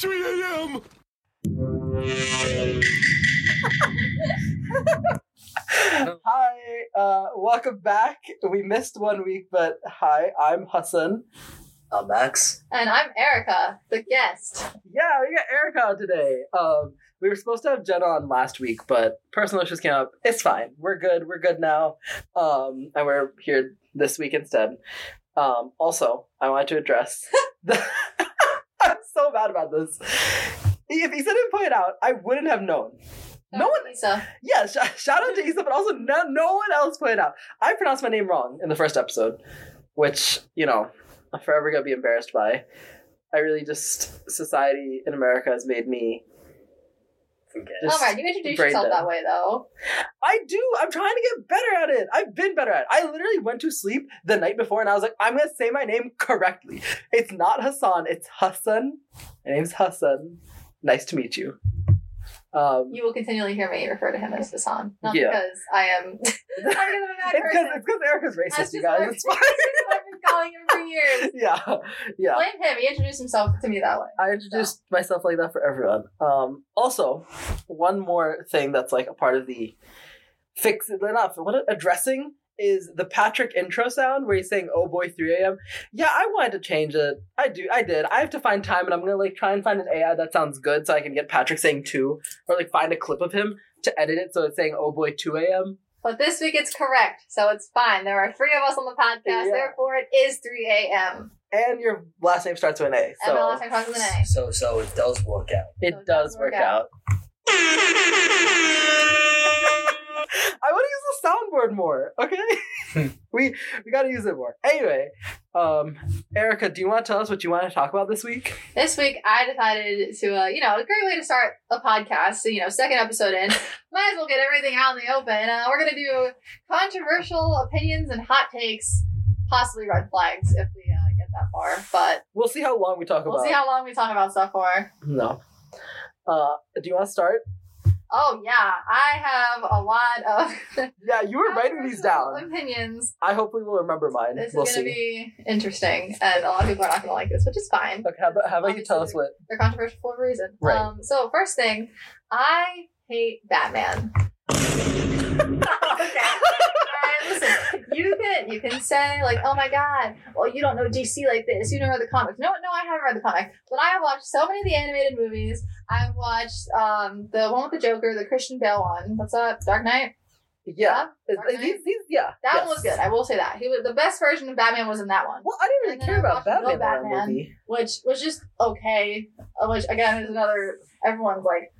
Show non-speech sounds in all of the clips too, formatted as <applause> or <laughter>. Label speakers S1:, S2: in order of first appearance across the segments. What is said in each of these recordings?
S1: 3 a.m.
S2: hi, uh, welcome back. We missed one week, but hi, I'm Hassan.
S3: I'm Max.
S4: And I'm Erica, the guest.
S2: Yeah, we got Erica on today. Um, we were supposed to have Jenna on last week, but personal issues came up. It's fine. We're good. We're good now. Um, and we're here this week instead. Um, also, I wanted to address. <laughs> The- I'm so mad about this. If Issa didn't point it out, I wouldn't have known. No one.
S4: Lisa.
S2: Yeah, sh- shout out to Issa, but also no, no one else pointed out. I pronounced my name wrong in the first episode, which, you know, I'm forever going to be embarrassed by. I really just, society in America has made me.
S3: Forget.
S2: Just-
S4: All right, you introduce
S2: brain
S4: yourself
S2: dead.
S4: that way, though.
S2: I do! I'm trying to get better at it! I've been better at it. I literally went to sleep the night before and I was like, I'm going to say my name correctly. It's not Hassan, it's Hassan. My name's Hassan. Nice to meet you. Um,
S4: You will continually hear me refer to him as Hassan. Not
S2: Yeah.
S4: because I am. <laughs> not
S2: <laughs>
S4: because I'm a bad
S2: it's because
S4: person.
S2: Erica's
S4: That's
S2: racist,
S4: just
S2: you
S4: what
S2: guys.
S4: I've-
S2: It's fine.
S4: that's what I've been calling him for years.
S2: <laughs> Yeah, yeah.
S4: Blame him. He introduced himself to me that way.
S2: I introduced myself like that for everyone. Um, also, one more thing that's like a part of the fix enough. What addressing is the Patrick intro sound where he's saying "Oh boy, 3 a.m." Yeah, I wanted to change it. I do. I did. I have to find time, and I'm gonna like try and find an AI that sounds good so I can get Patrick saying two, or like find a clip of him to edit it so it's saying "Oh boy, 2 a.m."
S4: But this week it's correct, so it's fine. There are three of us on the podcast,
S2: Yeah.
S4: therefore it is 3 a.m.
S2: And your last name starts with an A,
S4: and my
S2: so
S4: last name comes with an
S3: So so it does work out.
S2: it
S4: So it
S2: does work out. I want to use the soundboard more. Okay, we we got to use it more. Anyway, um, Erica, do you want to tell us what you want to talk about this week?
S4: A. This week I decided to, uh, you know, a great way to start a podcast, so, you know, second
S2: <laughs>
S4: episode in, might as well get everything out in the open. Uh, we're going to do controversial opinions and hot takes, possibly red flags if we uh, get that far. But
S2: We'll see how long we talk
S4: we'll
S2: about.
S4: see how long we talk about stuff for.
S2: no. Uh, do you want to start?
S4: Oh yeah, I have a lot of.
S2: Yeah, you <laughs> were writing these down.
S4: Opinions.
S2: I hopefully will remember mine.
S4: This
S2: we'll
S4: is
S2: see.
S4: going to be interesting, and a lot of people are not going to like this, which is fine.
S2: okay, how about, how about you tell us what?
S4: They're controversial for a reason.
S2: Right.
S4: Um, so first thing, I hate Batman.
S2: <laughs>
S4: <laughs> okay. Alright, listen, you can you can say like, oh my god, well you don't know DC like this, you don't know the comics. No, no, I haven't read the comic, but I have watched so many of the animated movies. I've watched um the one with the Joker, the Christian Bale one. What's up, Dark Knight?
S2: Yeah, Is-
S4: Dark Knight?
S2: these- these- yeah.
S4: That
S2: yes.
S4: one was good. I will say that he was the best version of Batman was in that one,
S2: Well, I didn't really
S4: And then
S2: care
S4: I
S2: about
S4: watched No
S2: Batman, that
S4: Batman.
S2: movie.
S4: which was just okay. uh, Which again is another everyone's like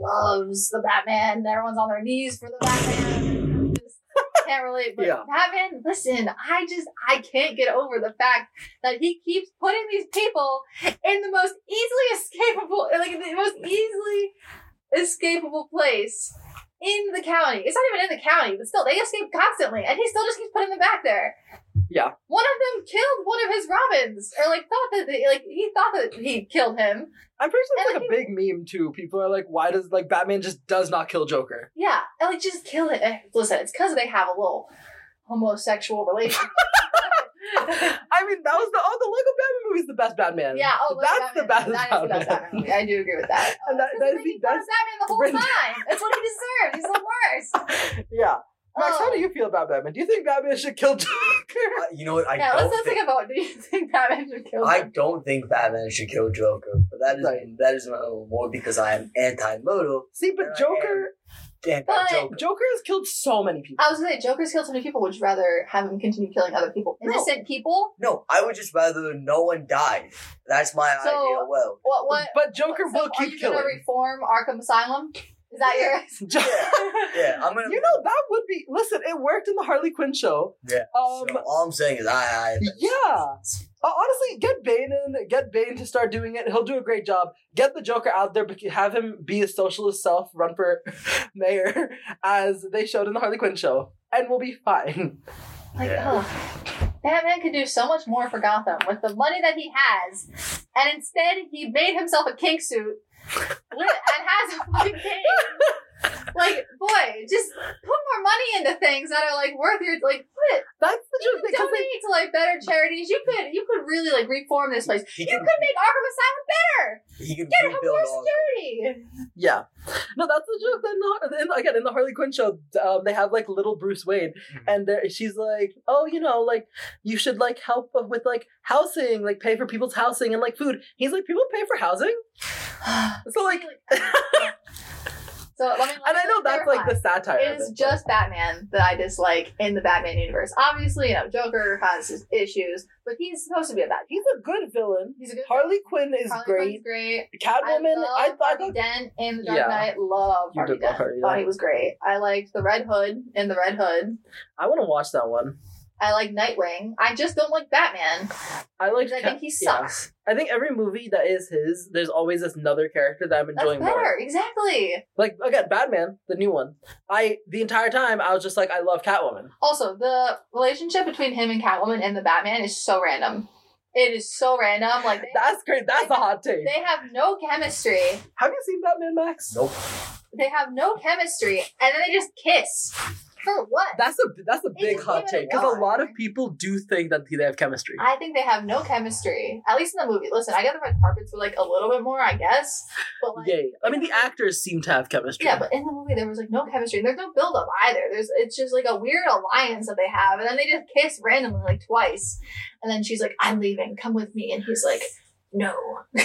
S4: loves the Batman. Everyone's on their knees for the Batman. Just Can't relate, but
S2: Yeah.
S4: Batman. Listen, I just I can't get over the fact that he keeps putting these people in the most easily escapable, like the most easily escapable place in the county. It's not even in the county, but still they escape constantly, and he still just keeps putting them back there.
S2: Yeah.
S4: One of them killed one of his robins, or like thought that they, like he thought that he killed him.
S2: I'm pretty sure it's
S4: And
S2: like a
S4: I
S2: big meme too. People are like, "Why does like Batman just does not kill Joker?"
S4: Yeah, and like just kill it. Eh, Listen, it's because they have a little homosexual relation.
S2: I mean, that was the oh, the Lego Batman movie is the best Batman.
S4: yeah, oh, look,
S2: that's the best
S4: Batman. That is the best Batman movie. I do agree with that.
S2: And <laughs> that- that is the
S4: making fun of
S2: best
S4: Batman the whole
S2: rend-
S4: time. That's what he deserves. He's the worst.
S2: Yeah. <laughs> Max, how
S4: Oh.
S2: do you feel about Batman? Do you think Batman should kill Joker?
S4: <laughs>
S3: Uh, you know what? I
S4: Oh. yeah,
S3: don't
S4: let's not
S3: think,
S4: think about. Do you <laughs> think Batman should kill?
S3: I
S4: him?
S3: don't think Batman should kill Joker, but that is
S2: Right.
S3: that is my own more because I am anti-modal.
S2: See, but
S3: Yeah, I
S2: Joker,
S3: Anti-Joker.
S2: Joker has killed so many people.
S4: I was gonna say Joker's killed so many people. Would you rather have him continue killing other people,
S2: No.
S4: innocent people?
S3: No, I would just rather no one died. That's my
S4: So-
S3: idea. Well,
S4: What? What?
S2: But Joker
S4: so
S2: will
S4: are
S2: keep
S4: you
S2: killing.
S4: gonna reform Arkham Asylum? Is that
S2: <laughs>
S4: your?
S2: Jo-
S3: yeah, I'm
S4: <laughs>
S3: gonna.
S2: you know that would be. Listen, it worked in the Harley Quinn show.
S3: Yeah.
S2: Um.
S3: so all I'm saying is I. I
S2: yeah. Uh, honestly, get Bane in. Get Bane to start doing it. He'll do a great job. Get the Joker out there. bec- Have him be his socialist self, run for mayor, as they showed in the Harley Quinn show, and we'll be fine.
S4: Like,
S3: Yeah.
S4: oh, Batman could do so much more for Gotham with the money that he has, and instead he made himself a kink suit with, and has a fucking cane Like, boy, just put more money into things that are like worth your like. What?
S2: That's the
S4: You
S2: truth.
S4: could
S2: Because
S4: donate
S2: like,
S4: to like better charities. You could you could really like reform this place.
S3: He
S4: You
S3: can,
S4: could make Arkham Asylum better.
S3: he can
S4: Get
S3: rebuild
S4: more
S3: all.
S4: security.
S2: <sighs> yeah, no, that's the truth. Then the- in- again, in the Harley Quinn show, um, they have like little Bruce Wayne,
S3: Mhm.
S2: and there she's like, oh, you know, like you should like help with like housing, like pay for people's housing and like food. He's like, people pay for housing, so like, <laughs>
S4: so let me.
S2: and I know that's like
S4: the.
S2: the satire. of
S4: It is
S2: it, but-
S4: just Batman that I dislike in the Batman universe. Obviously, you know, Joker has his issues, but he's supposed to be a bad.
S2: He's a good villain.
S4: He's a good.
S2: Harley Quinn is
S4: Harley
S2: great.
S4: Quinn's great.
S2: Catwoman, I,
S4: I love
S2: I
S4: Harvey
S2: thought
S4: Dent in the Dark
S2: Yeah.
S4: Knight. Love
S2: You
S4: Harvey
S2: did love
S4: Dent.
S2: Harvey
S4: Thought
S2: Dent.
S4: he was great. I liked the Red Hood in the Red Hood.
S2: I want to watch that one.
S4: I like Nightwing. I just don't like Batman.
S2: I like.
S4: because I think he sucks.
S2: I think every movie that is his, there's always this another character that I'm
S4: That's
S2: enjoying
S4: better.
S2: more.
S4: Exactly.
S2: Like again, Batman, the new one. I the entire time I was just like, I love Catwoman.
S4: Also, the relationship between him and Catwoman in the Batman is so random. It is so random. Like they,
S2: That's great. That's a hot take.
S4: they have no chemistry.
S2: Have you seen Batman Max?
S3: Nope.
S4: they have no chemistry, and then they just kiss. For what?
S2: That's a that's a
S4: They
S2: big
S4: just
S2: hot
S4: gave it a
S2: take because a
S4: lot.
S2: lot of people do think that they have chemistry.
S4: I think they have no chemistry. At least in the movie. Listen, I got the red carpets were like a little bit more, I guess. But like
S2: Yay! I mean, the actors seem to have chemistry.
S4: yeah, but in the movie there was like no chemistry. and There's no build up either. There's it's just like a weird alliance that they have, and then they just kiss randomly like twice. And then she's like, I'm leaving, come with me, and he's like, No. <laughs>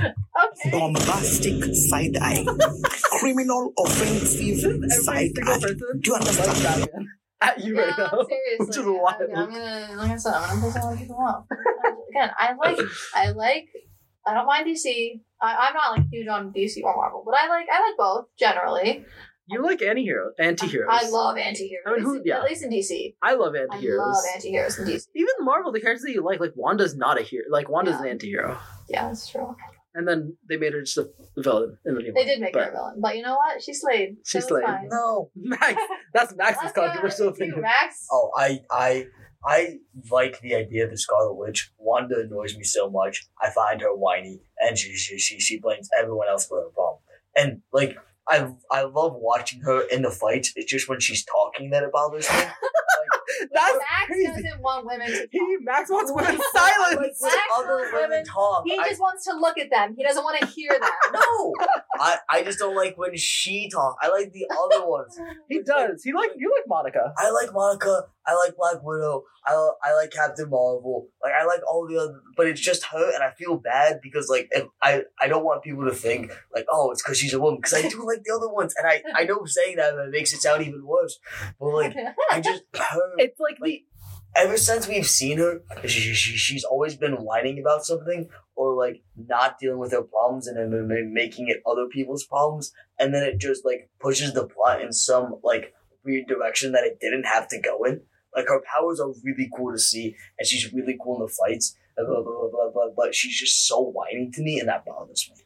S4: okay.
S1: bombastic side
S4: <laughs>
S1: eye, criminal offensive
S2: every
S1: side
S2: single
S1: eye.
S2: person
S1: Do you
S2: loves
S1: understand?
S2: Batman <laughs> at you right now.
S4: No, seriously.
S2: Which is
S4: I'm-
S2: wild.
S4: I'm gonna, like I said, I'm gonna piss a lot of people off. Again, I like, I like, I don't mind DC. I, I'm not like huge on DC or Marvel, but I like, I like both generally.
S2: You like anti-hero, anti-heroes.
S4: I love anti-heroes.
S2: I mean, who- yeah.
S4: At least in DC,
S2: I love
S4: I
S2: anti-heroes.
S4: love anti-heroes in DC.
S2: Even Marvel, the characters that you like, like Wanda's not a hero. Like Wanda's an
S4: Yeah.
S2: anti-hero,
S4: Yeah, that's true.
S2: and then they made her just a villain in the new
S4: They
S2: one.
S4: did make her a
S2: But
S4: villain, but you know what? She slayed.
S2: She
S4: It was
S2: slayed.
S4: fine.
S3: No.
S2: Max, <laughs>
S4: <laughs>
S2: that's Max's
S4: Let's go
S2: controversial
S4: to you,
S2: opinion.
S4: Max.
S3: Oh, I I I like the idea of the Scarlet Witch. Wanda annoys me so much. I find her whiny, and she she she, she blames everyone else for her problem. And like I I love watching her in the fights. It's just when she's talking that it bothers me.
S2: That's
S4: Max
S2: crazy.
S4: doesn't want women to.
S2: <laughs> He,
S4: talk.
S2: Max wants
S4: <laughs>
S2: women's
S3: I like
S2: silence.
S3: when
S4: Black
S3: other
S4: women-
S3: women talk.
S4: He
S3: I-
S4: just wants to look at them. He doesn't want to hear them.
S3: <laughs> no, I, I just don't like when she talks. I like the
S4: <laughs>
S3: other ones.
S2: <laughs> He does. He like you like Monica.
S3: I like Monica. I like Black Widow. I, I like Captain Marvel. Like I like all the other, but it's just her, and I feel bad because like if I I don't want people to think like oh it's because she's a woman because I do like the other ones, and I I know saying that it makes it sound even worse, but
S4: <laughs>
S3: like I just her
S2: It's like the
S3: ever since we've seen her, she, she, she's always been whining about something or like not dealing with her problems and then ma- making it other people's problems. And then it just like pushes the plot in some like weird direction that it didn't have to go in. Like her powers are really cool to see and she's really cool in the fights. and Blah, blah, blah, blah, blah, but she's just so whiny to me and that bothers me.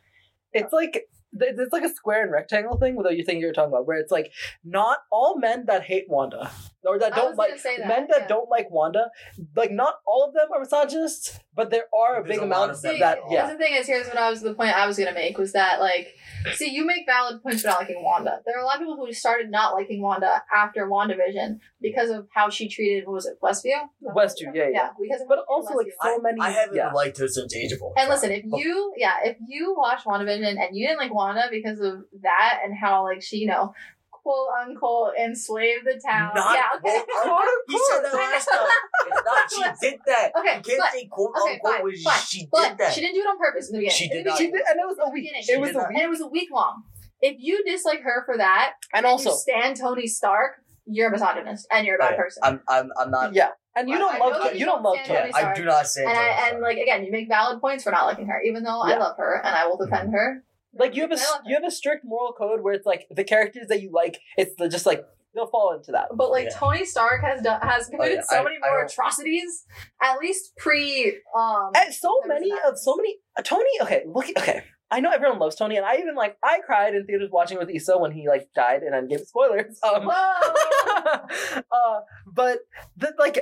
S2: it's like th- it's like a square and rectangle thing, though you think you're talking about, where it's like not all men that hate Wanda or that
S4: I
S2: don't
S4: was
S2: like
S4: gonna say that,
S2: men that
S4: yeah.
S2: don't like Wanda, like not all of them are misogynists, but there are a
S3: There's
S2: big
S3: a lot
S2: amount
S3: of them
S2: that
S3: that are.
S2: yeah.
S4: Because the thing is, here's what I was the point I was gonna make was that like, see, you make valid points for not liking Wanda. There are a lot of people who started not liking Wanda after WandaVision because of how she treated what was it Westview?
S2: Westview, yeah, yeah.
S4: because of
S2: But
S4: how she treated
S2: also like
S4: Westview.
S2: so many
S3: I, I haven't
S2: yeah.
S3: liked her since Age of Ultron.
S4: And listen, if you yeah, if you watch WandaVision and you didn't like Wanda because of that and how like she you know quote unquote enslaved the town.
S3: Not
S4: yeah, okay.
S3: quote, unquote. he said that last
S4: <laughs>
S3: time. It's not she did that.
S4: Okay,
S3: you can't
S4: but-
S3: say quote
S4: okay,
S3: unquote
S4: fine,
S3: when
S4: fine.
S3: she did
S4: <laughs> But
S3: that.
S4: she didn't do it on purpose in the beginning.
S3: She
S4: In the
S3: did not.
S2: She
S4: beginning-
S2: did, and it was a week.
S4: beginning,
S2: It was
S3: did
S2: a
S3: not.
S2: week,
S4: and it was a week long. If you dislike her for that,
S2: and
S4: and
S2: also
S4: you stand Tony Stark, you're a misogynist and you're a bad
S3: Right.
S4: person.
S3: Oh, I'm, I'm, I'm not.
S2: yeah, and you
S4: I-
S2: don't
S4: I
S2: love
S3: know
S2: Tony-
S3: that
S2: you
S4: you
S2: don't
S4: don't
S2: love
S4: stand
S2: Tony.
S4: Tony.
S3: Yeah, I do not say.
S4: and
S3: Tony
S4: I,
S3: Stark.
S4: and like again, you make valid points for not liking her, even though
S2: Yeah.
S4: I love her and I will
S3: Mm-hmm.
S4: defend her.
S2: Like you have a
S4: I love her.
S2: you have a strict moral code where it's like the characters that you like, it's the, just like they'll fall into that.
S4: But like
S3: Yeah. Oh,
S4: Tony Stark has done, has committed
S3: yeah,
S4: so
S3: I-
S4: many
S3: I
S4: more
S3: don't-
S4: atrocities, at least pre um
S2: And so
S4: There was
S2: many
S4: that.
S2: of so many uh, Tony. Okay, look. Okay, I know everyone loves Tony, and I even like I cried in theaters watching with Issa when he like died, and I gave spoilers. Um,
S4: Whoa.
S2: <laughs> uh, but the, like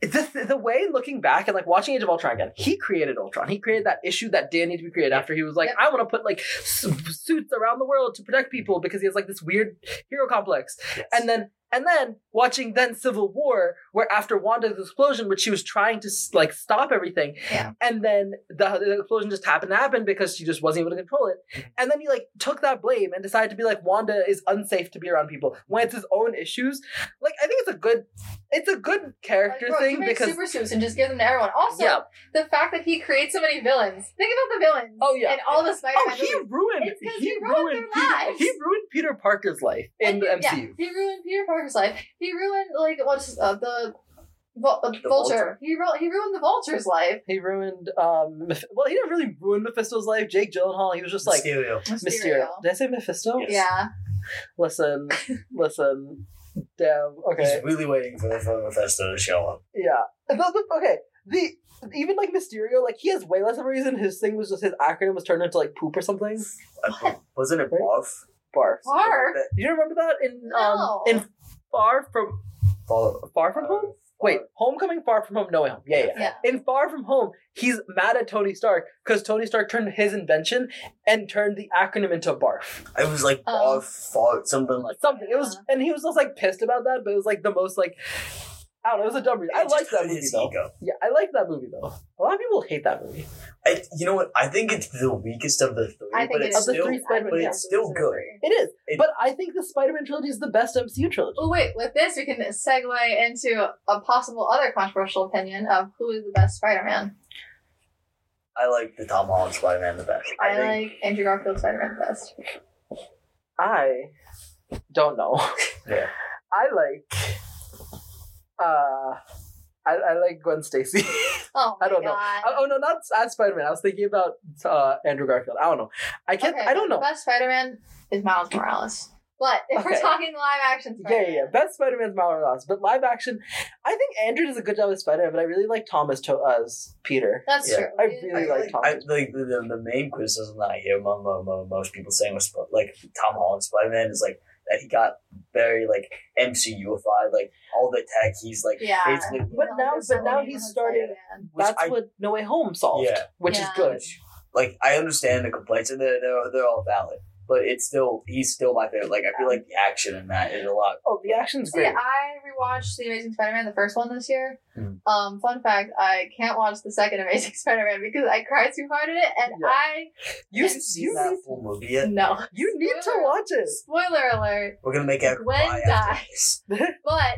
S2: the, the way looking back and like watching Age of Ultron again, he created Ultron. He created that issue that did need to be created after he was like,
S4: Yep.
S2: I want to put like su- suits around the world to protect people because he has like this weird hero complex.
S3: Yes.
S2: And then and then watching then Civil War, where after Wanda's explosion, which she was trying to s- like stop everything,
S4: Yeah.
S2: and then the, the explosion just happened to happen because she just wasn't able to control it. And then he like took that blame and decided to be like Wanda is unsafe to be around people when it's his own issues. Like I think it's a good, it's a good character
S4: Like, bro, you
S2: thing
S4: make
S2: because
S4: super suits and just give them to everyone. Also,
S2: Yeah.
S4: the fact that he creates so many villains. Think about the villains.
S2: Oh, yeah.
S4: and all the Spider-Man.
S2: oh he
S4: villains.
S2: ruined
S4: It's 'cause
S2: he,
S4: he ruined
S2: ruined,
S4: their
S2: Peter,
S4: lives.
S2: he ruined Peter Parker's life in
S4: And
S2: the
S4: he- yeah,
S2: MCU.
S4: he ruined Peter Parker's life. He ruined like what's uh, the, vul- uh, vulture.
S3: Vulture.
S4: He ru- he ruined the vulture's life.
S2: He ruined um Meph- well he didn't really ruin Mephisto's life. Jake Gyllenhaal he was just like.
S3: Mysterio.
S2: Mysterio. Did I say Mephisto?
S3: Yes.
S4: Yeah.
S2: Listen, listen. Damn. Okay.
S3: He's really waiting for the for Mephisto to show up.
S2: Yeah. <laughs> And that's- Okay. The even like Mysterio, like he has way less of a reason. His thing was just his acronym was turned into like poop or something.
S3: I- Wasn't it
S2: Right?
S3: Barf?
S2: Barf.
S4: Barf?
S2: Do you remember that in
S4: No.
S2: um in Far from
S3: Barf.
S2: Far from
S3: Uh,
S2: Home? Wait, Homecoming, Far from Home, No Way Home. Yeah, yeah.
S4: Yeah.
S2: In Far from Home, he's mad at Tony Stark because Tony Stark turned his invention and turned the acronym into barf.
S3: It was like
S4: Oh.
S3: Barf, Fart, something like
S2: Something. It was, and he was just like pissed about that, but it was like the most like. I don't know. It was a dumb reason. I
S3: It just
S2: like that
S3: hurt
S2: movie
S3: his
S2: though.
S3: ego.
S2: Yeah, I like that movie though. A lot of people hate that movie.
S3: I, you know what? I think it's the weakest of the three,
S4: I think
S3: but
S4: it
S3: it's
S4: is.
S2: Of the
S3: still
S2: three Spider-Man,
S3: but
S2: yeah.
S3: it's still good.
S2: It is.
S3: It-
S2: but I think the Spider-Man trilogy is the best MCU trilogy.
S4: Well, wait. With this, we can segue into a possible other controversial opinion of who is the best Spider-Man.
S3: I like the Tom Holland Spider-Man the best.
S4: I,
S3: I think
S4: like Andrew Garfield Spider-Man the best.
S2: I don't know.
S3: Yeah.
S2: I like uh I, I like Gwen Stacy. <laughs>
S4: Oh,
S2: I don't
S4: my
S2: know.
S4: God.
S2: oh no, not as Spider-Man. I was thinking about uh, Andrew Garfield. I don't know. I can't
S4: Okay,
S2: I don't
S4: the
S2: know.
S4: Best Spider-Man is Miles Morales. But if we're
S2: Okay.
S4: talking live action
S2: Yeah,
S4: Spider-Man,
S2: yeah, yeah. Best Spider-Man's Miles Morales, but live action. I think Andrew does a good job as Spider-Man, but I really like Thomas to- as Peter.
S4: that's
S3: Yeah.
S4: true.
S2: I
S4: We-
S2: really like Tom.
S3: I like the, the, the main criticism that I hear among, among, among most people saying was Sp- like Tom Holland Spider-Man is like that he got very like MCUified, like all the tech. He's like
S4: Yeah.
S3: basically
S2: But
S4: No,
S2: now-
S4: there's
S2: but
S4: so
S2: now he's
S4: many different
S2: starting-
S4: Spider-Man.
S3: which
S2: That's
S3: I
S2: what No Way Home solved,
S3: Yeah.
S2: which is
S4: Yeah.
S2: good.
S3: like I understand the complaints and they're they're, they're all valid, but it's still he's still my favorite. Like I feel like the action in that is a lot.
S2: Oh, the action's
S4: See,
S2: great.
S4: I rewatched The Amazing Spider-Man, the first one this year.
S2: Hmm.
S3: Mhm.
S4: Um, fun fact: I can't watch the second Amazing <laughs> Spider-Man because I cried too hard at it, and
S2: Yeah. you
S3: Have
S2: you,
S3: that
S2: need,
S3: full movie
S4: I
S3: yet?
S4: no.
S2: you need to
S4: Spoiler.
S2: watch it.
S4: Spoiler alert!
S3: We're gonna make it.
S4: Gwen dies. But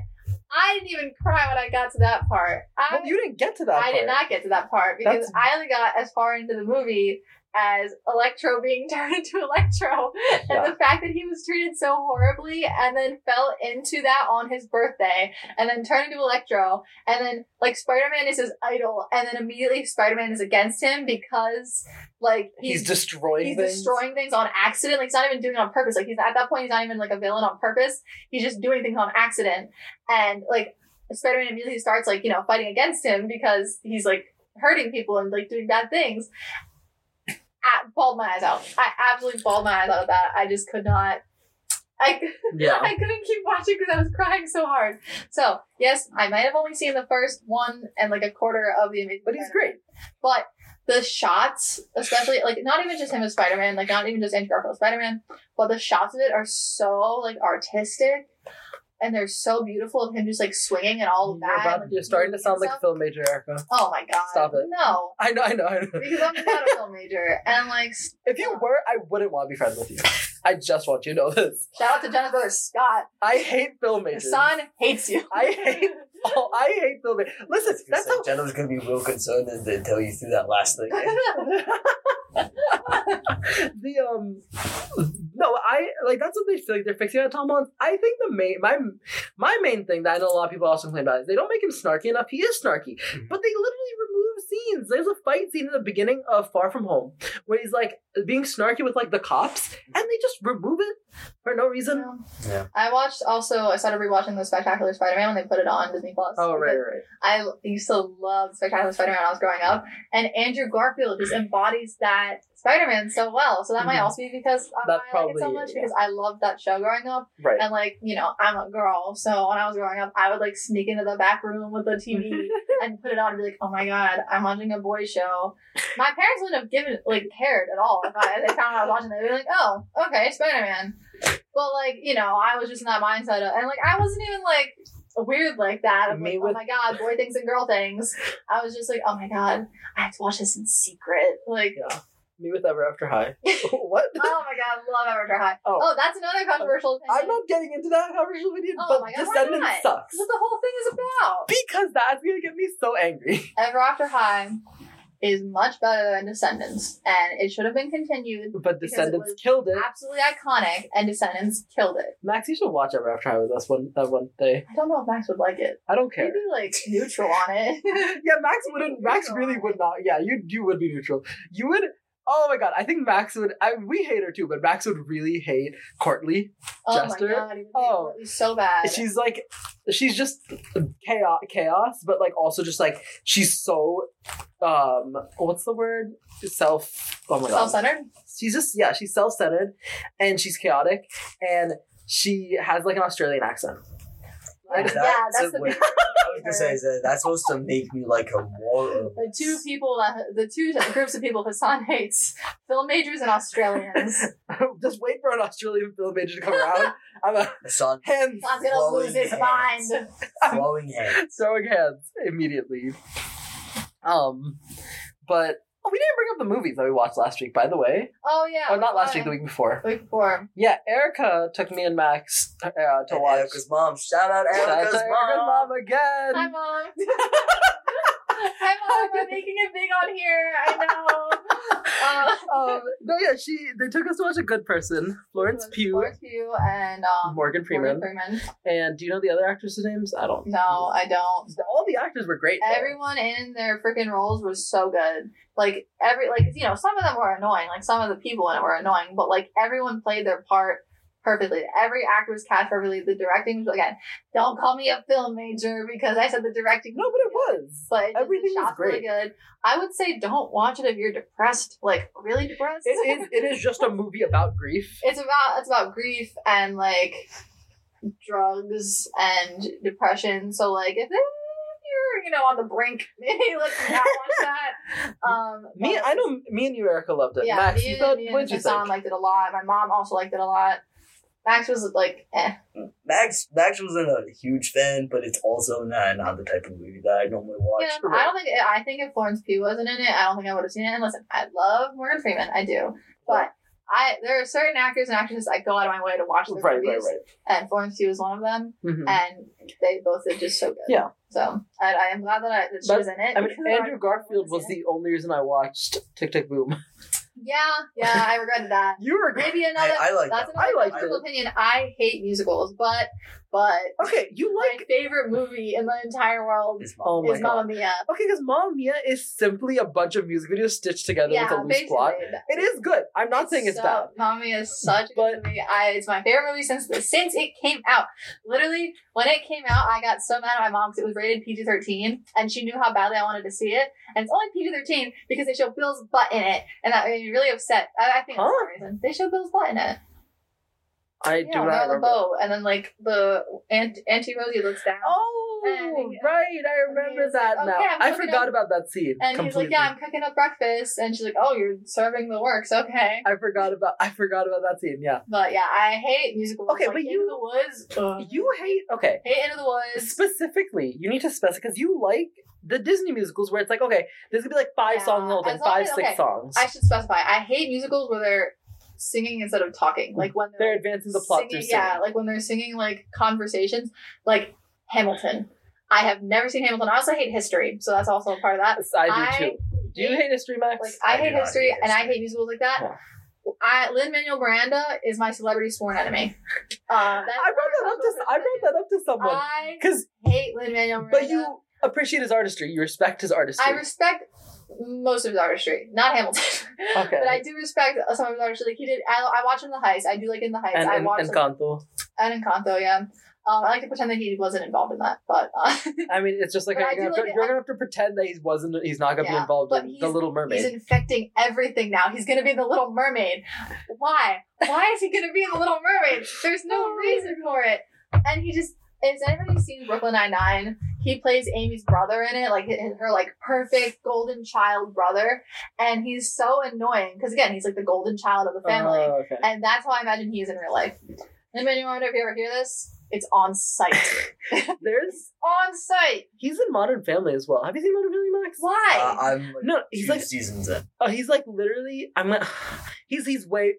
S4: I didn't even cry when I got to that part. I
S2: Well, you didn't get to that.
S4: I
S2: part.
S4: did not get to that part because
S2: That's-
S4: I only got as far into the movie as Electro being <laughs> turned into Electro. <laughs> And the fact that he was treated so horribly and then fell into that on his birthday and then turned into Electro. And then, like, Spider Man is his idol. And then immediately Spider Man is against him because, like,
S2: He's,
S4: he's,
S2: destroying.
S4: he's
S2: things.
S4: destroying things on accident. Like he's not even doing it on purpose. Like he's at that point, he's not even like a villain on purpose. He's just doing things on accident. And like Spider Man immediately starts like you know fighting against him because he's like hurting people and like doing bad things. I bawled my eyes out. I absolutely bawled my eyes out of that. I just could not. I
S2: <laughs> Yeah.
S4: <laughs> I couldn't keep watching because I was crying so hard. So yes, I might have only seen the first one and like a quarter of the Amazing.
S2: But he's
S4: Spider-Man.
S2: great.
S4: But the shots, especially like not even just him as Spider Man, like not even just Andrew Garfield Spider Man, but the shots of it are so like artistic, and they're so beautiful of him just like swinging and all of
S2: You're,
S4: that.
S2: about-
S4: like,
S2: you're starting to sound like a
S4: stuff.
S2: film major, Erica. <laughs>
S4: Oh my god!
S2: Stop it.
S4: No,
S2: I know, I know, I know.
S4: because I'm
S2: <laughs>
S4: not a film major, and like s-
S2: If you were, I wouldn't want to be friends with you. I just want you to know this.
S4: shout out to Jenna's brother Scott.
S2: I hate film
S4: Your
S2: majors.
S4: son hates you.
S2: I
S4: <laughs>
S2: hate. <laughs> Oh, I hate film majors. Listen, <laughs> that's how.
S3: Jenna was gonna be real concerned and- until you threw that last
S2: <laughs>
S3: thing.
S2: the um no i like that's what they feel like they're fixing on tom holland i think the main my my main thing that i know a lot of people also complain about is they don't make him snarky enough he is snarky but they literally remove scenes. There's a fight scene in the beginning of Far From Home where he's like being snarky with like the cops, and they just remove it for no reason.
S3: Yeah.
S4: I watched also. I started rewatching the Spectacular Spider-Man when they put it on Disney Plus.
S2: Oh right,
S4: because
S2: right.
S4: I used to love Spectacular Spider-Man when I was growing up, and Andrew Garfield just embodies that Spider-Man so well. So that might
S2: Mhm.
S4: also be because um,
S2: That's
S4: I like it so
S2: probably-
S4: much because I loved that show growing up.
S2: Right.
S4: And like you know, I'm a girl, so when I was growing up, I would like sneak into the back room with
S2: <laughs>
S4: the TV and put it on and be like, "Oh my god, I'm watching a boy show." My parents wouldn't have given like cared at all if I if they found out I was watching. that. They'd be like, "Oh, okay, Spider Man." But like you know, I was just in that mindset, of, and like I wasn't even like weird like that. I'm
S2: Me
S4: like,
S2: with-
S4: "Oh my god, boy things and girl things." I was just like, "Oh my god, I have to watch this in secret." Like,
S2: Yeah. Me with Ever After
S4: <laughs>
S2: High. what?
S4: oh my god, love Avatar High.
S2: <laughs> Oh.
S4: Oh, that's another controversial. Opinion.
S2: I'm not getting into that conversation with you,
S4: Oh
S2: but
S4: my God, why
S2: Descendants
S4: not?
S2: sucks.
S4: That's what the whole thing is
S2: <laughs>
S4: about.
S2: Because that's gonna get me so angry. <laughs>
S4: Ever After High is much better than Descendants, and it should have been continued.
S2: But
S4: Because it
S2: Descendants
S4: was-
S2: killed it.
S4: Absolutely iconic, and Descendants killed it.
S2: Max, you should watch Ever After High with us one that one day.
S4: I don't know if Max would like it.
S2: I don't care.
S4: Maybe like <laughs> neutral on it.
S2: <laughs>
S4: <laughs>
S2: yeah, Max wouldn't. Max really would not. Yeah, you you would be neutral. You would. Oh my god, I think Max would. I we hate her too, but Max would really hate Courtly.
S4: oh
S2: Jester?
S4: my god, he would
S2: Oh.
S4: oh. so bad.
S2: She's like, she's just chaos, chaos, but like also just like she's so, um, what's the word? Self. Oh my god.
S4: Self-centered.
S2: she's just yeah she's self-centered and she's chaotic and she has like an australian accent
S4: Like,
S3: Is
S4: yeah,
S3: that-
S4: that's
S3: so
S4: the
S3: wait,
S4: big
S3: I was gonna say is that that's supposed to make me like a more.
S2: <laughs>
S3: or
S4: The two
S3: less?
S4: people that the two groups of people Hassan hates: film majors
S2: <laughs>
S4: and Australians.
S2: <laughs> just wait for an australian film major to come around <laughs> i'm a
S3: Son,
S2: hands
S4: I'm gonna lose his mind.
S3: Flowing flowing
S2: <laughs>
S3: hair.
S2: throwing hands immediately um but oh, we didn't bring up the movies that we watched last week by the way
S4: Oh yeah.
S2: oh not last
S4: why?
S2: week the week before
S4: Week before.
S2: yeah erica took me and max uh, to
S3: And
S2: watch
S3: Erica's mom. Shout out
S2: Shout out
S3: Erica's,
S2: to Erica's
S3: mom.
S2: mom again
S4: Hi <laughs> mom. Hi mom. I'm making it big on here. I <laughs> know. Uh,
S2: um, no yeah she they took us to watch a good person florence pugh
S4: Florence Pugh and um,
S2: Morgan Freeman.
S4: Morgan Freeman.
S2: And do you know the other actors' names? I don't.
S4: No, I don't.
S2: All the actors were great. though.
S4: Everyone in their freaking roles was so good. Like every like you know some of them were annoying. Like some of the people in it were annoying, but like everyone played their part perfectly. Every actor was cast perfectly. The directing again. Don't call me a film major because I said the directing.
S2: No, but it was.
S4: But it
S2: Everything
S4: everything
S2: was
S4: was really
S2: great.
S4: good. I would say don't watch it if you're depressed. Like really depressed.
S2: It is. It is just a movie about
S4: <laughs>
S2: grief.
S4: it's about it's about grief and like drugs and depression. So like if you're you know on the brink, <laughs> maybe let's
S2: <laughs>
S4: not watch that. Um,
S2: Me,
S4: but-
S2: I know. Me and you, Erica, loved it.
S4: Yeah,
S2: Max,
S4: me
S2: you
S4: and-
S2: thought?
S4: me and
S2: What did you
S4: Hassan
S2: think?
S4: liked it a lot. My mom also liked it a lot. Max was like, eh.
S3: Max Max wasn't a huge fan, but it's also not, not the type of movie that I normally watch.
S4: Yeah,
S2: right.
S4: I don't think I think if Florence Pugh wasn't in it, I don't think I would have seen it. And listen, I love Morgan Freeman, I do, but I there are certain actors and actresses I go out of my way to watch their
S2: Right, right,
S4: movies, Mm-hmm. and Florence Pugh is one of them.
S2: right. Mhm.
S4: and they both did just so good.
S2: Yeah.
S4: So I, I am glad that, I, that she
S2: But,
S4: was in it.
S2: I mean,
S4: because
S2: Andrew
S4: I-
S2: Garfield was the only reason I watched Tick Tick
S4: <laughs>
S2: Boom.
S4: Yeah, yeah, I
S2: <laughs>
S4: regretted that.
S2: You were great.
S4: Maybe another.
S3: I like
S4: that's
S3: that.
S4: another
S2: I liked
S4: personal
S2: it.
S4: opinion. I hate musicals, but but
S2: Okay, you like.
S4: my favorite movie in the entire world
S3: His mom.
S2: Oh my
S4: is
S2: god.
S4: Mamma Mia.
S2: Okay, because Mamma Mia is simply a bunch of music videos stitched together
S4: Yeah,
S2: with a loose
S4: basically.
S2: plot. It is good. I'm <laughs> not saying it's
S4: so,
S2: bad. Mm.
S4: Mamma Mia is such a
S2: But-
S4: good movie. I, it's my favorite movie since since it came out. Literally, when it came out, I got so mad at my mom because it was rated PG thirteen, and she knew how badly I wanted to see it. And it's only PG thirteen because they show Bill's butt in it, and that made me really upset. I, I think that's
S2: Huh?
S4: the reason they show Bill's butt in it.
S2: I do
S4: yeah,
S2: not
S4: they're on the
S2: remember.
S4: boat, and then like the Aunt Auntie Rosie looks down.
S2: Oh,
S4: And-
S2: right. I
S4: and
S2: remember
S4: he's
S2: that
S4: like,
S2: now.
S4: "Okay, I'm
S2: I
S4: cooking
S2: forgot
S4: up."
S2: about that scene.
S4: And
S2: completely.
S4: he's like, "Yeah, I'm cooking up breakfast," and she's like, "Oh, you're serving the works, okay."
S2: I forgot about I forgot about that scene. Yeah,
S4: But yeah, I hate musicals.
S2: Okay,
S4: like,
S2: but
S4: Into
S2: you-
S4: the woods. Ugh.
S2: you hate okay
S4: hate Into the woods.
S2: specifically. You need to specify because you like the Disney musicals where it's like okay, there's gonna be like five
S4: Yeah,
S2: songs in the whole thing,
S4: as long
S2: five
S4: as-
S2: six
S4: okay,
S2: songs.
S4: I should specify. I hate musicals where they're singing instead of talking. Like when
S2: They're
S4: they're,
S2: advancing the plot
S4: singing,
S2: through singing.
S4: yeah, like when they're singing like conversations, like Hamilton. I have never seen Hamilton. I also hate history, so that's also a part of that.
S2: I do
S4: I
S2: too. Do you
S4: hate-
S2: hate history, Max?
S4: Like I,
S3: I
S4: hate
S3: do not
S4: history,
S3: hate
S4: and I
S3: history.
S4: hate musicals like that.
S2: Yeah.
S4: I Lin Manuel Miranda is my celebrity sworn enemy. Uh,
S2: I brought that up to I brought that up to someone
S4: I
S2: because
S4: hate Lin Manuel Miranda.
S2: but you appreciate his artistry. You respect his artistry.
S4: I respect most of his artistry, not Hamilton, <laughs>
S2: okay.
S4: but I do respect some of his artistry. Like he did, I, I watch him in the heist. I do like in the heist.
S2: and
S4: I
S2: and,
S4: watch
S2: and
S4: him-
S2: Kanto.
S4: and Encanto, yeah. Um, I like to pretend that he wasn't involved in that, but uh, <laughs>
S2: I mean, it's just like
S4: But
S2: you're
S4: I do
S2: gonna, have to-
S4: like it.
S2: you're gonna have to pretend that he wasn't. He's not gonna be
S4: Yeah,
S2: involved
S4: but
S2: in the
S4: he's-
S2: Little Mermaid.
S4: he's infecting everything now. He's gonna be the Little Mermaid. Why? Why is he gonna be the Little Mermaid? There's no reason for it. And he just. Has anybody seen Brooklyn Nine Nine? He plays Amy's brother in it, like his, her like perfect golden child brother, and he's so annoying because again, he's like the golden child of the family.
S2: Oh, okay.
S4: And that's how I imagine he is in real life. Anybody wonder if you ever hear this? It's on site.
S2: <laughs> There's
S4: on site.
S2: he's in Modern Family as well. Have you seen Modern Family, Max?
S4: Why?
S3: Uh, I'm like
S2: No, he's
S3: two
S2: like
S3: seasons in.
S2: oh, he's like <sighs> literally. I'm gonna. He's he's way.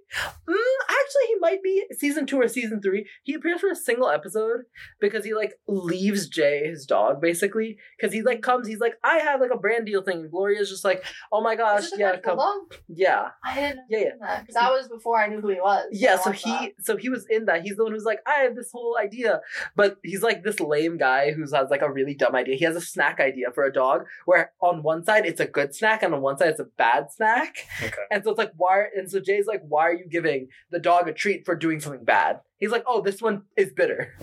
S2: Mm, actually, he might be season two or season three. He appears for a single episode because he like leaves Jay his dog basically because he like comes. He's like I have like a brand deal thing. And Gloria's just like oh my gosh
S4: Is it the
S2: yeah
S4: French
S2: come
S4: Bulldog?
S2: yeah
S4: I didn't know
S2: Yeah, yeah.
S4: because that was before I knew who he was.
S2: Yeah,
S4: I
S2: so <laughs>
S4: watched
S2: he
S4: that.
S2: so he was in that. He's the one who's like, I have this whole idea, but he's like this lame guy who has like a really dumb idea. He has a snack idea for a dog, where on one side it's a good snack and on one side it's a bad snack.
S3: Okay.
S2: And so it's like, why? are- And so Jay's like, why are you giving the dog a treat for doing something bad? He's like, oh, this one is bitter.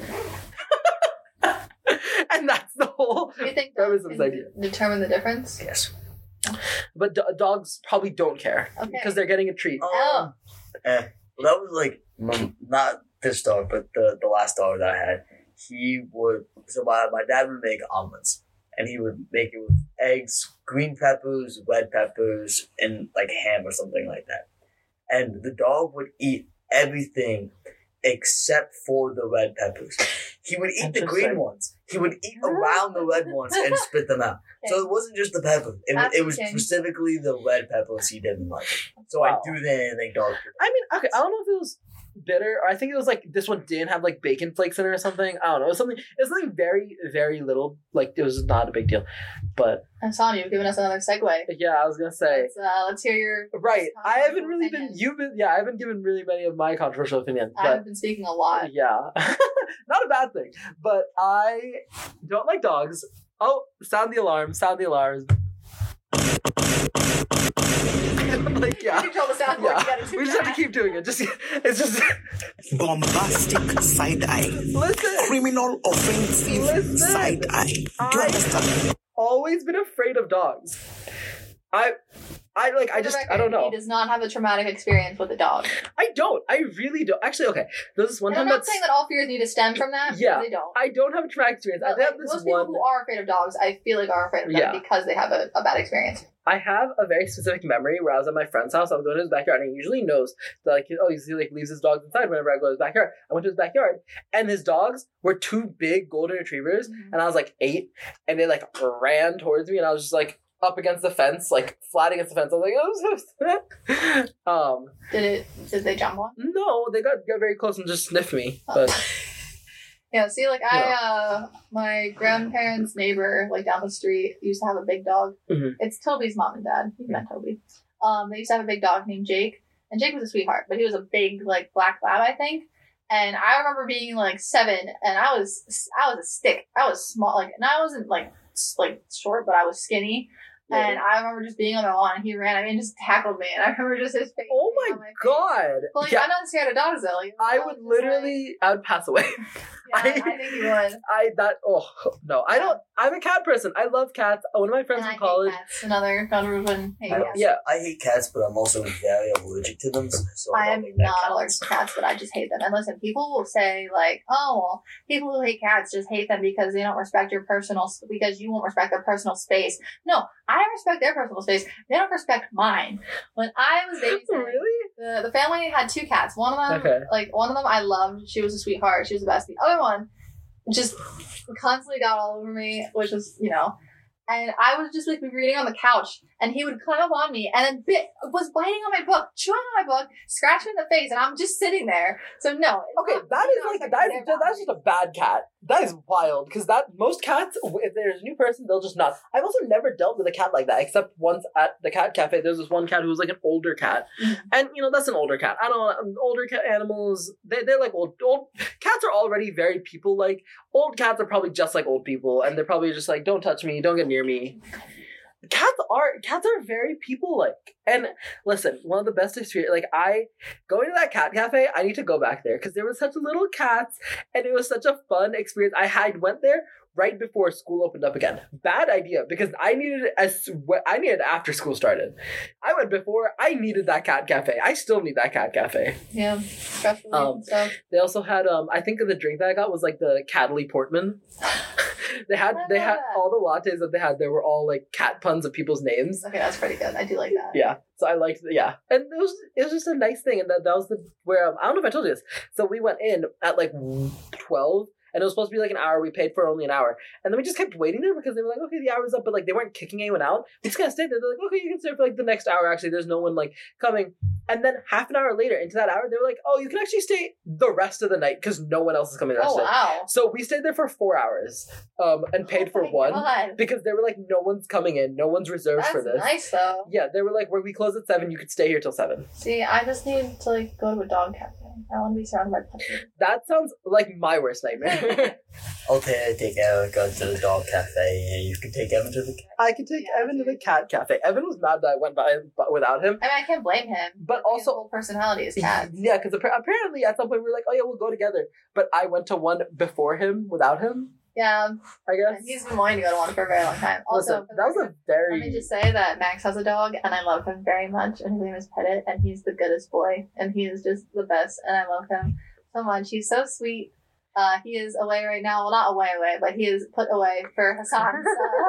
S2: <laughs> and that's the whole.
S4: You think
S2: That
S4: that
S2: was
S4: was
S2: his idea.
S4: determine the difference?
S3: Yes.
S2: But do- dogs probably don't care
S4: Okay.
S2: because they're getting a treat.
S4: Oh.
S3: Eh. Well, that was like m- not this dog, but the the last dog that I had. He would so my, my dad would make omelets, and he would make it with eggs, green peppers, red peppers, and like ham or something like that. And the dog would eat everything except for the red peppers. He would eat the green
S2: Interesting.
S3: ones. He would eat around the red ones and spit them out. So it wasn't just the pepper. It, wa- it was
S4: That's okay.
S3: specifically the red peppers he didn't like. So
S2: Wow.
S3: I do think anything dog. food.
S2: I mean, okay, I don't know if it was bitter or I think it was like this one didn't have like bacon flakes in it or something. I don't know. It was something it was something very, very little. Like it was not a big deal. But
S4: I'm telling you, you've given us another segue.
S2: yeah, I was gonna say
S4: Let's, uh, let's hear your.
S2: Right. I haven't really been
S4: Opinion.
S2: you've been yeah, I haven't given really many of my controversial opinions. But
S4: I've been speaking a lot.
S2: yeah. <laughs> not a bad thing. But I don't like dogs. Oh, sound the alarm, <laughs> sound the alarms. like yeah.
S4: You control the
S2: <laughs>
S4: sound.
S2: Yeah.
S4: You gotta do
S2: We just have to
S4: that.
S2: keep doing it. Just it's just <laughs>
S1: Bombastic side eye.
S2: listen.
S1: Criminal offensive
S2: Listen.
S1: side eye. Do you
S2: I-
S1: understand?
S2: always been afraid of dogs. I I like I
S4: For the
S2: just I
S4: record,
S2: don't know.
S4: He does not have a traumatic experience with a dog.
S2: I don't. I really don't. Actually, okay. There's this one
S4: And I'm
S2: time
S4: not
S2: that's
S4: saying that all fears need to stem from that. because
S2: Yeah.
S4: they don't.
S2: I don't have a traumatic experience. I
S4: But,
S2: did have
S4: like,
S2: this
S4: most
S2: one.
S4: people who are afraid of dogs, I feel like, are afraid of them
S2: Yeah.
S4: because they have a, a bad experience.
S2: I have a very specific memory where I was at my friend's house. I was going to his backyard, and he usually knows that like oh, he like leaves his dogs inside whenever I go to his backyard. I went to his backyard, and his dogs were two big golden retrievers, and I was like eight, and they like ran towards me, and I was just like up against the fence, like flat against the fence. I was like, oh, so <laughs> um,
S4: Did it? Did they jump on?
S2: No, they got, got very close and just sniffed me. <laughs>
S4: Oh.
S2: But
S4: <laughs> Yeah. See, like I, uh, my grandparents' neighbor, like down the street, used to have a big dog.
S2: Mhm.
S4: It's Toby's mom and dad. You
S2: Mm.
S4: met Toby. Um, they used to have a big dog named Jake, and Jake was a sweetheart, but he was a big like black lab, I think. And I remember being like seven, and I was I was a stick. I was small, like, and I wasn't like s- like short, but I was skinny. And I remember just being on the lawn, and he ran. I mean, just tackled me, and I remember just his face.
S2: oh my
S4: being on face.
S2: god!
S4: Well, like,
S2: yeah,
S4: I'm not scared of dogs though. Like,
S2: I
S4: dogs
S2: would
S4: is, like-
S2: literally, I would pass away. <laughs>
S4: Yeah, I, I think you would.
S2: I that oh no, <laughs> I don't. I'm a cat person. I love cats. One of my friends
S4: And I
S2: from
S4: hate
S2: college.
S4: cats. Another controversial. Hey,
S3: I
S4: yes.
S2: Yeah,
S3: I hate cats, but I'm also very allergic to them. So I,
S4: I am
S3: don't think that
S4: not allergic
S3: counts.
S4: to cats, but I just hate them. And listen, people will say like, "Oh, well, people who hate cats just hate them because they don't respect your personal s- because you won't respect their personal space." No, I respect their personal space. They don't respect mine. When I
S2: <laughs>
S4: was babysitting,
S2: really?
S4: the, the family had two cats. One of them,
S2: Okay.
S4: like one of them, I loved. She was a sweetheart. She was the best. The other one just constantly got all over me, which was you know. And I was just like reading on the couch, and he would climb up on me, and then bit was biting on my book, chewing on my book, scratching me in the face, and I'm just sitting there. So no, it's
S2: Okay,
S4: not-
S2: that
S4: you
S2: is
S4: don't
S2: like that
S4: respect their
S2: is, that's
S4: boundaries.
S2: just a bad cat. That is wild because that most cats, if there's a new person, they'll just not. I've also never dealt with a cat like that except once at the cat cafe. There was this one cat who was like an older cat,
S4: Mm-hmm.
S2: and you know that's an older cat. I don't know older cat animals. They they're like old old cats are already very people like. Old cats are probably just like old people, and they're probably just like don't touch me, don't get near me. Cats are cats are very people like. And listen, one of the best experience like I going to that cat cafe, I need to go back there because there was such little cats and it was such a fun experience. I had went there right before school opened up again. Bad idea because I needed it as I needed it after school started. I went before. I needed that cat cafe. I still need that cat cafe.
S4: Yeah, stress relief
S2: Um,
S4: and stuff.
S2: They also had um I think the drink that I got was like the Cadley Portman. <laughs> they had
S4: I
S2: they
S4: love
S2: had
S4: that.
S2: all the lattes that they had. They were all like cat puns of people's names.
S4: Okay, that's pretty good. I do like that.
S2: Yeah. So I liked, yeah, and it was it was just a nice thing, and that that was the where um, I don't know if I told you this. So we went in at like twelve, and it was supposed to be like an hour. We paid for only an hour, and then we just kept waiting there because they were like, okay, the hour's up, but like they weren't kicking anyone out. We just kind of stayed there. They're like, okay, you can stay for like the next hour. Actually, there's no one like coming. And then half an hour later, into that hour, they were like, oh, you can actually stay the rest of the night because no one else is coming. The rest of
S4: Oh
S2: the night.
S4: wow.
S2: So we stayed there for four hours, um, and paid
S4: Oh
S2: for
S4: my
S2: one.
S4: God.
S2: Because they were like, no one's coming in, no one's reserved
S4: That's
S2: for this.
S4: nice though.
S2: Yeah, they were like, "Where we close at seven, you could stay here till seven.
S4: See, I just need to like go to a dog cafe. I want to be surrounded by puppies.
S2: That sounds like my worst
S4: <laughs>
S2: nightmare.
S3: I'll take, take Eric out to the dog cafe, and you can take Evan to the.
S2: I could take
S4: Yeah,
S2: Evan to the
S4: dude.
S2: cat cafe. Evan was mad that I went by but without him.
S4: I mean, I can't blame him.
S2: But
S4: His
S2: also,
S4: whole personality is cat.
S2: <laughs> yeah, because apparently at some point we were like, "Oh yeah, we'll go together," but I went to one before him without him.
S4: Yeah,
S2: I guess.
S4: he's been wanting to go to one for a very long time. Also,
S2: Listen, that was a
S4: let
S2: very.
S4: me just say that Max has a dog, and I love him very much. And his name is Pettit, and he's the goodest boy, and he is just the best, and I love him so much. He's so sweet. Uh, he is away right now. Well, not away, away, but he is put away for
S3: <laughs>
S4: Hassan, <laughs>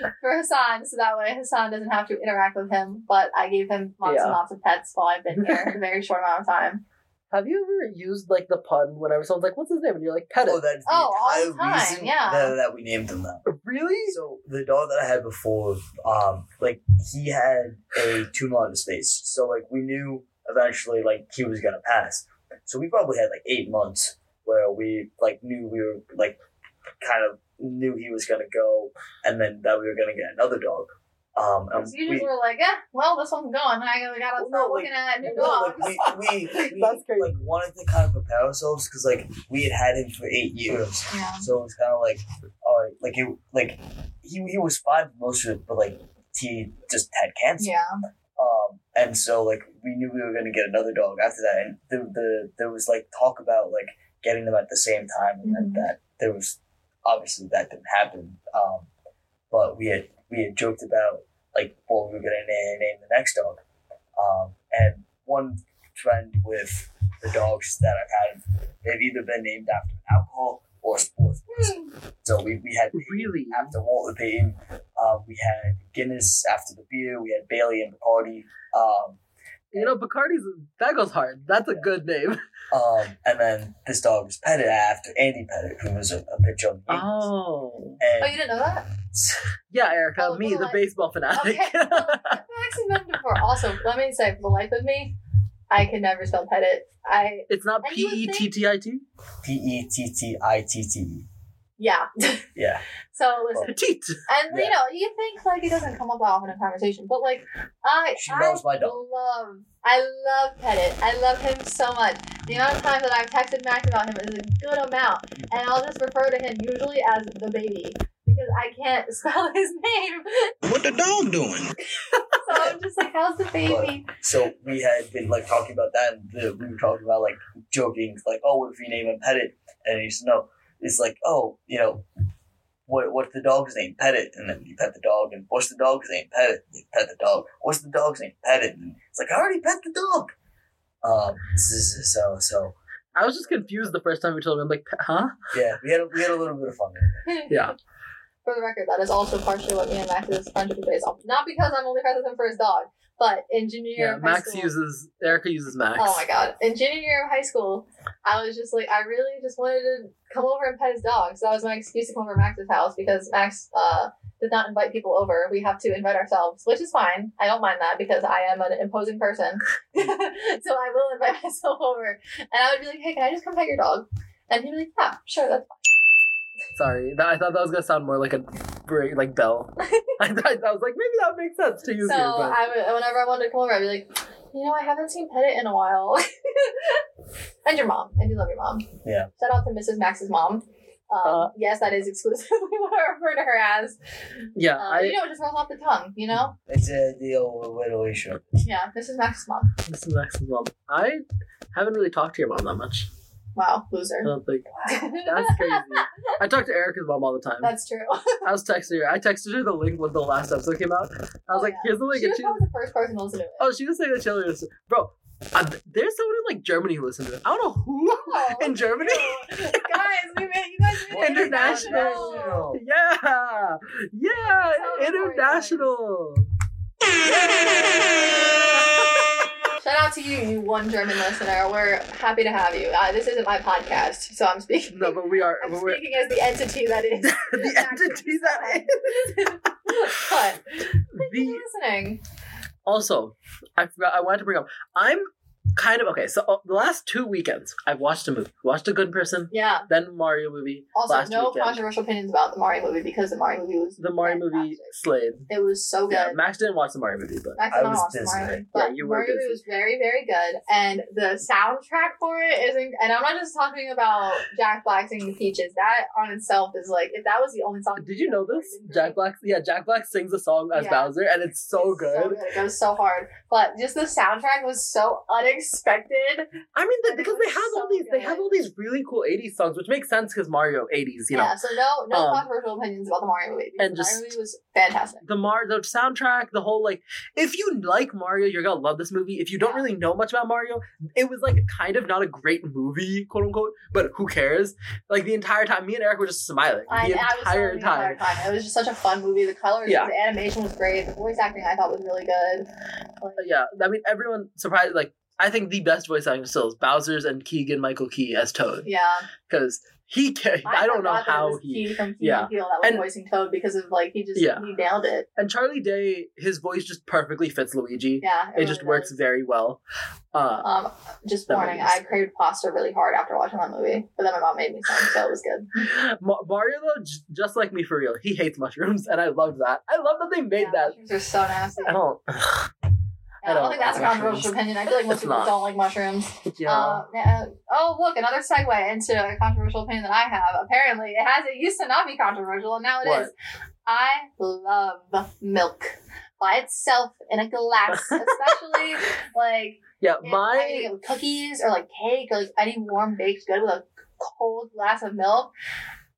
S4: so, for Hassan, so that way Hassan doesn't have to interact with him. But I gave him lots and
S2: Yeah.
S4: lots of pets while I've been here, in a very short amount of
S3: <laughs>
S4: time.
S2: Have you ever used like the pun whenever someone's like, "What's his name?" and you're like, "Pet
S3: Oh,
S2: it."
S3: that's the
S4: Oh, all the
S3: entire
S4: time,
S3: reason
S4: yeah.
S3: that, that we named him that.
S2: Really?
S3: So the dog that I had before, um, like he had a tumor on his face, so like we knew eventually like he was gonna pass. So we probably had like eight months where we like knew we were like kind of knew he was gonna go, and then that we were gonna get another dog. Um, and
S4: So you just
S3: we-
S4: were like, yeah, well, this one's going. I gotta start
S3: Well, no, like-
S4: looking at new
S3: No,
S4: dogs.
S3: like we, we,
S4: <laughs>
S3: we
S2: That's crazy.
S3: like wanted to kind of prepare ourselves because like we had had him for eight years,
S4: Yeah.
S3: so it was kind of like, all right, like it, like he he was fine for most of it, but like he just had cancer.
S4: Yeah.
S3: Um, and so like we knew we were gonna get another dog after that, and the the there was like talk about like getting them at the same time, and then
S4: Mhm.
S3: that there was obviously that didn't happen. Um, but we had we had joked about like what we were gonna name, name the next dog. Um, and one trend with the dogs that I've had, they've either been named after alcohol or sports.
S4: Hmm.
S3: So we, we had
S2: Really?
S3: after Walter Payton. Uh, we had Guinness after the beer. We had Bailey and Bacardi. Um,
S2: You know, Bacardi's that goes hard. That's a
S3: Yeah.
S2: good name.
S3: um, and then this dog was petted after Andy Pettit, who was a, a pitcher on the Yankees.
S2: Oh.
S4: Oh,
S3: And
S4: you didn't know that?
S2: Yeah, Erica,
S4: Oh,
S2: me,
S4: well,
S2: the
S4: I-
S2: baseball
S3: <laughs>
S2: fanatic. <laughs>
S4: Okay. I've actually met him before. Also, let me say, for the life of me, I can never spell Pettit. I
S2: it's not
S4: And
S2: P
S4: you would
S2: E
S4: think-
S2: T T I T.
S3: P E T T I T T.
S4: yeah.
S3: Yeah.
S4: So listen,
S2: Petite.
S4: and you
S3: Yeah.
S4: know, you think like it doesn't come up that often in conversation, but like I,
S3: She
S4: I
S3: loves my dog.
S4: love, I love Pettit. I love him so much. The amount of times that I've texted Max about him is a good amount, and I'll just refer to him usually as the baby because I can't <laughs> spell his name.
S1: What the dog doing?
S4: So I'm just like, how's the baby?
S3: So we had been like talking about that, and the, we were talking about like joking, like, "Oh, what if we name him Pettit?" And he's no, it's like, "Oh, you know, what what's the dog's name? Pettit." And then you pet the dog, and what's the dog's name? Pettit. You pet the dog. What's the dog's name? Pettit. And it's like, "I already pet the dog." Um, so so, so
S2: I was just confused the first time you told me. I'm like, "Pe- huh?
S3: yeah, we had a, we had a little bit of fun.
S2: Yeah.
S4: For the record, that is also partially what me and Max's friendship is based on. Not because I'm only friends with him for his dog, but in junior year
S2: Yeah.
S4: of high
S2: Max
S4: school.
S2: uses Erica uses Max.
S4: Oh my god! In junior year of high school, I was just like, I really just wanted to come over and pet his dog. So that was my excuse to come over to Max's house because Max uh, does not invite people over. We have to invite ourselves, which is fine. I don't mind that because I am an imposing person, <laughs> so I will <laughs> invite myself over. And I would be like, Hey, can I just come pet your dog? And he'd be like, Yeah, sure, that's
S2: Sorry, that, I thought that was gonna sound more like a great like bell.
S4: <laughs>
S2: <laughs> I, thought- I was like, maybe that makes sense to use
S4: So uh,
S2: here, but
S4: I would, whenever I wanted to come over, I'd be like, you know, I haven't seen Pettit in a while. <laughs> and your mom. I do love your mom.
S3: Yeah.
S4: Shout out to Mrs. Max's mom. Um,
S2: Uh,
S4: yes, that is exclusively <laughs> what I refer to her as.
S2: yeah,
S4: Um,
S2: Uh, I
S4: you know, it just rolls off the tongue, you know?
S3: It's a deal with Alicia.
S4: Yeah, Mrs. Max's mom.
S2: this is Max's mom. I haven't really talked to your mom that much.
S4: Wow,
S2: I
S4: loser.
S2: don't
S4: <laughs>
S2: think Uh, that's crazy. I talk to Erica's mom all the time.
S4: That's
S2: <laughs>
S4: true.
S2: I was texting her. I texted her the link when the last episode came out. I was
S4: Oh,
S2: like,
S4: yeah.
S2: here's the link,
S4: she
S2: and
S4: was
S2: she
S4: probably the first person to listen to it.
S2: oh, she was saying that she only listened. Bro, uh, there's someone in like Germany who listened to it. I don't know who <laughs>
S4: Oh.
S2: in Germany.
S4: <laughs> guys, we made you guys made it
S2: International.
S3: Oh,
S2: Yeah, yeah,
S4: Sounds
S2: international.
S4: Shout out to you, you one German listener. We're happy to have you. Uh, this isn't my podcast, so I'm speaking.
S2: No, but we are.
S4: I'm
S2: but we're,
S4: speaking as the entity that is.
S2: <laughs> the entity that is.
S4: <laughs> but thank
S2: the
S4: you for listening.
S2: also i forgot i wanted to bring up i'm kind of okay so uh, the last two weekends i've watched a movie watched a good person
S4: Yeah.
S2: then mario movie
S4: Also,
S2: last
S4: no
S2: weekend
S4: controversial opinions about the Mario movie because the Mario movie was
S2: the mario movie
S4: fantastic.
S2: slayed
S4: It was so good.
S2: yeah max didn't watch the mario movie but
S4: Max
S3: I
S4: and I
S3: was
S4: lost the Mario
S3: busy.
S4: movie, but
S2: Yeah, you were
S4: Mario movie
S2: busy.
S4: was very, very good, and the soundtrack for it isn't. And I'm not just talking about Jack Black singing "Peaches." That on itself is like if that was the only song.
S2: did you know this
S4: It's
S2: jack black yeah jack black sings a song as
S4: Yeah.
S2: bowser and it's so good
S4: It was so hard, but just the soundtrack was so unexpected.
S2: i mean
S4: And it
S2: that because they
S4: was
S2: have all
S4: so
S2: these they have
S4: good.
S2: all these really cool 80s songs which makes sense because mario 80s you know
S4: yeah, so no, no
S2: um,
S4: controversial opinions about the Mario movie.
S2: and
S4: The Mario
S2: just-
S4: movie was fantastic.
S2: the Mar the soundtrack, the whole like if you like Mario, you're gonna love this movie. If you don't
S4: Yeah.
S2: really know much about Mario, it was like kind of not a great movie, quote unquote, but who cares? Like the entire time, me and Eric were just smiling
S4: I,
S2: the
S4: I was
S2: entire
S4: so the
S2: time.
S4: entire time. It was just such a fun movie. The colors,
S2: Yeah.
S4: the animation was great. The voice acting, I thought, was really good. Like,
S2: But yeah, I mean everyone surprised like I think the best voice acting still is Bowser's and Keegan Michael Key as Toad.
S4: yeah.
S2: Because he can I, don't know
S4: forgot that it
S2: how
S4: was
S2: he
S4: Key from Key
S2: yeah.
S4: and Peele that was
S2: And-
S4: voicing Toad because of like he just
S2: Yeah.
S4: he nailed it.
S2: and Charlie Day, his voice just perfectly fits Luigi.
S4: Yeah,
S2: it just
S4: really
S2: works
S4: does.
S2: very well. Uh
S4: Um, just
S2: That
S4: warning,
S2: movie is
S4: I craved pasta really hard after watching that movie, but then my mom made me some, so it was good.
S2: Ma- Mario though, j- just like me for real, he hates mushrooms, and I love that. I love that they made
S4: yeah,
S2: that.
S4: mushrooms are so nasty.
S2: <laughs> I don't.
S4: Yeah, I don't,
S2: don't
S4: think
S2: like
S4: that's a controversial
S2: mushrooms.
S4: opinion. I feel like most
S2: It's
S4: people
S2: not.
S4: don't like mushrooms.
S2: Yeah.
S4: Uh, yeah, oh, look, another segue into a controversial opinion that I have. Apparently, it has it used to not be controversial, and now it
S2: What?
S4: is. I love milk by itself in a
S2: <laughs>
S4: glass, especially like
S2: yeah.
S4: if I'm
S2: my oh,
S4: eating it with cookies or like cake or like any warm baked good with a cold glass of milk.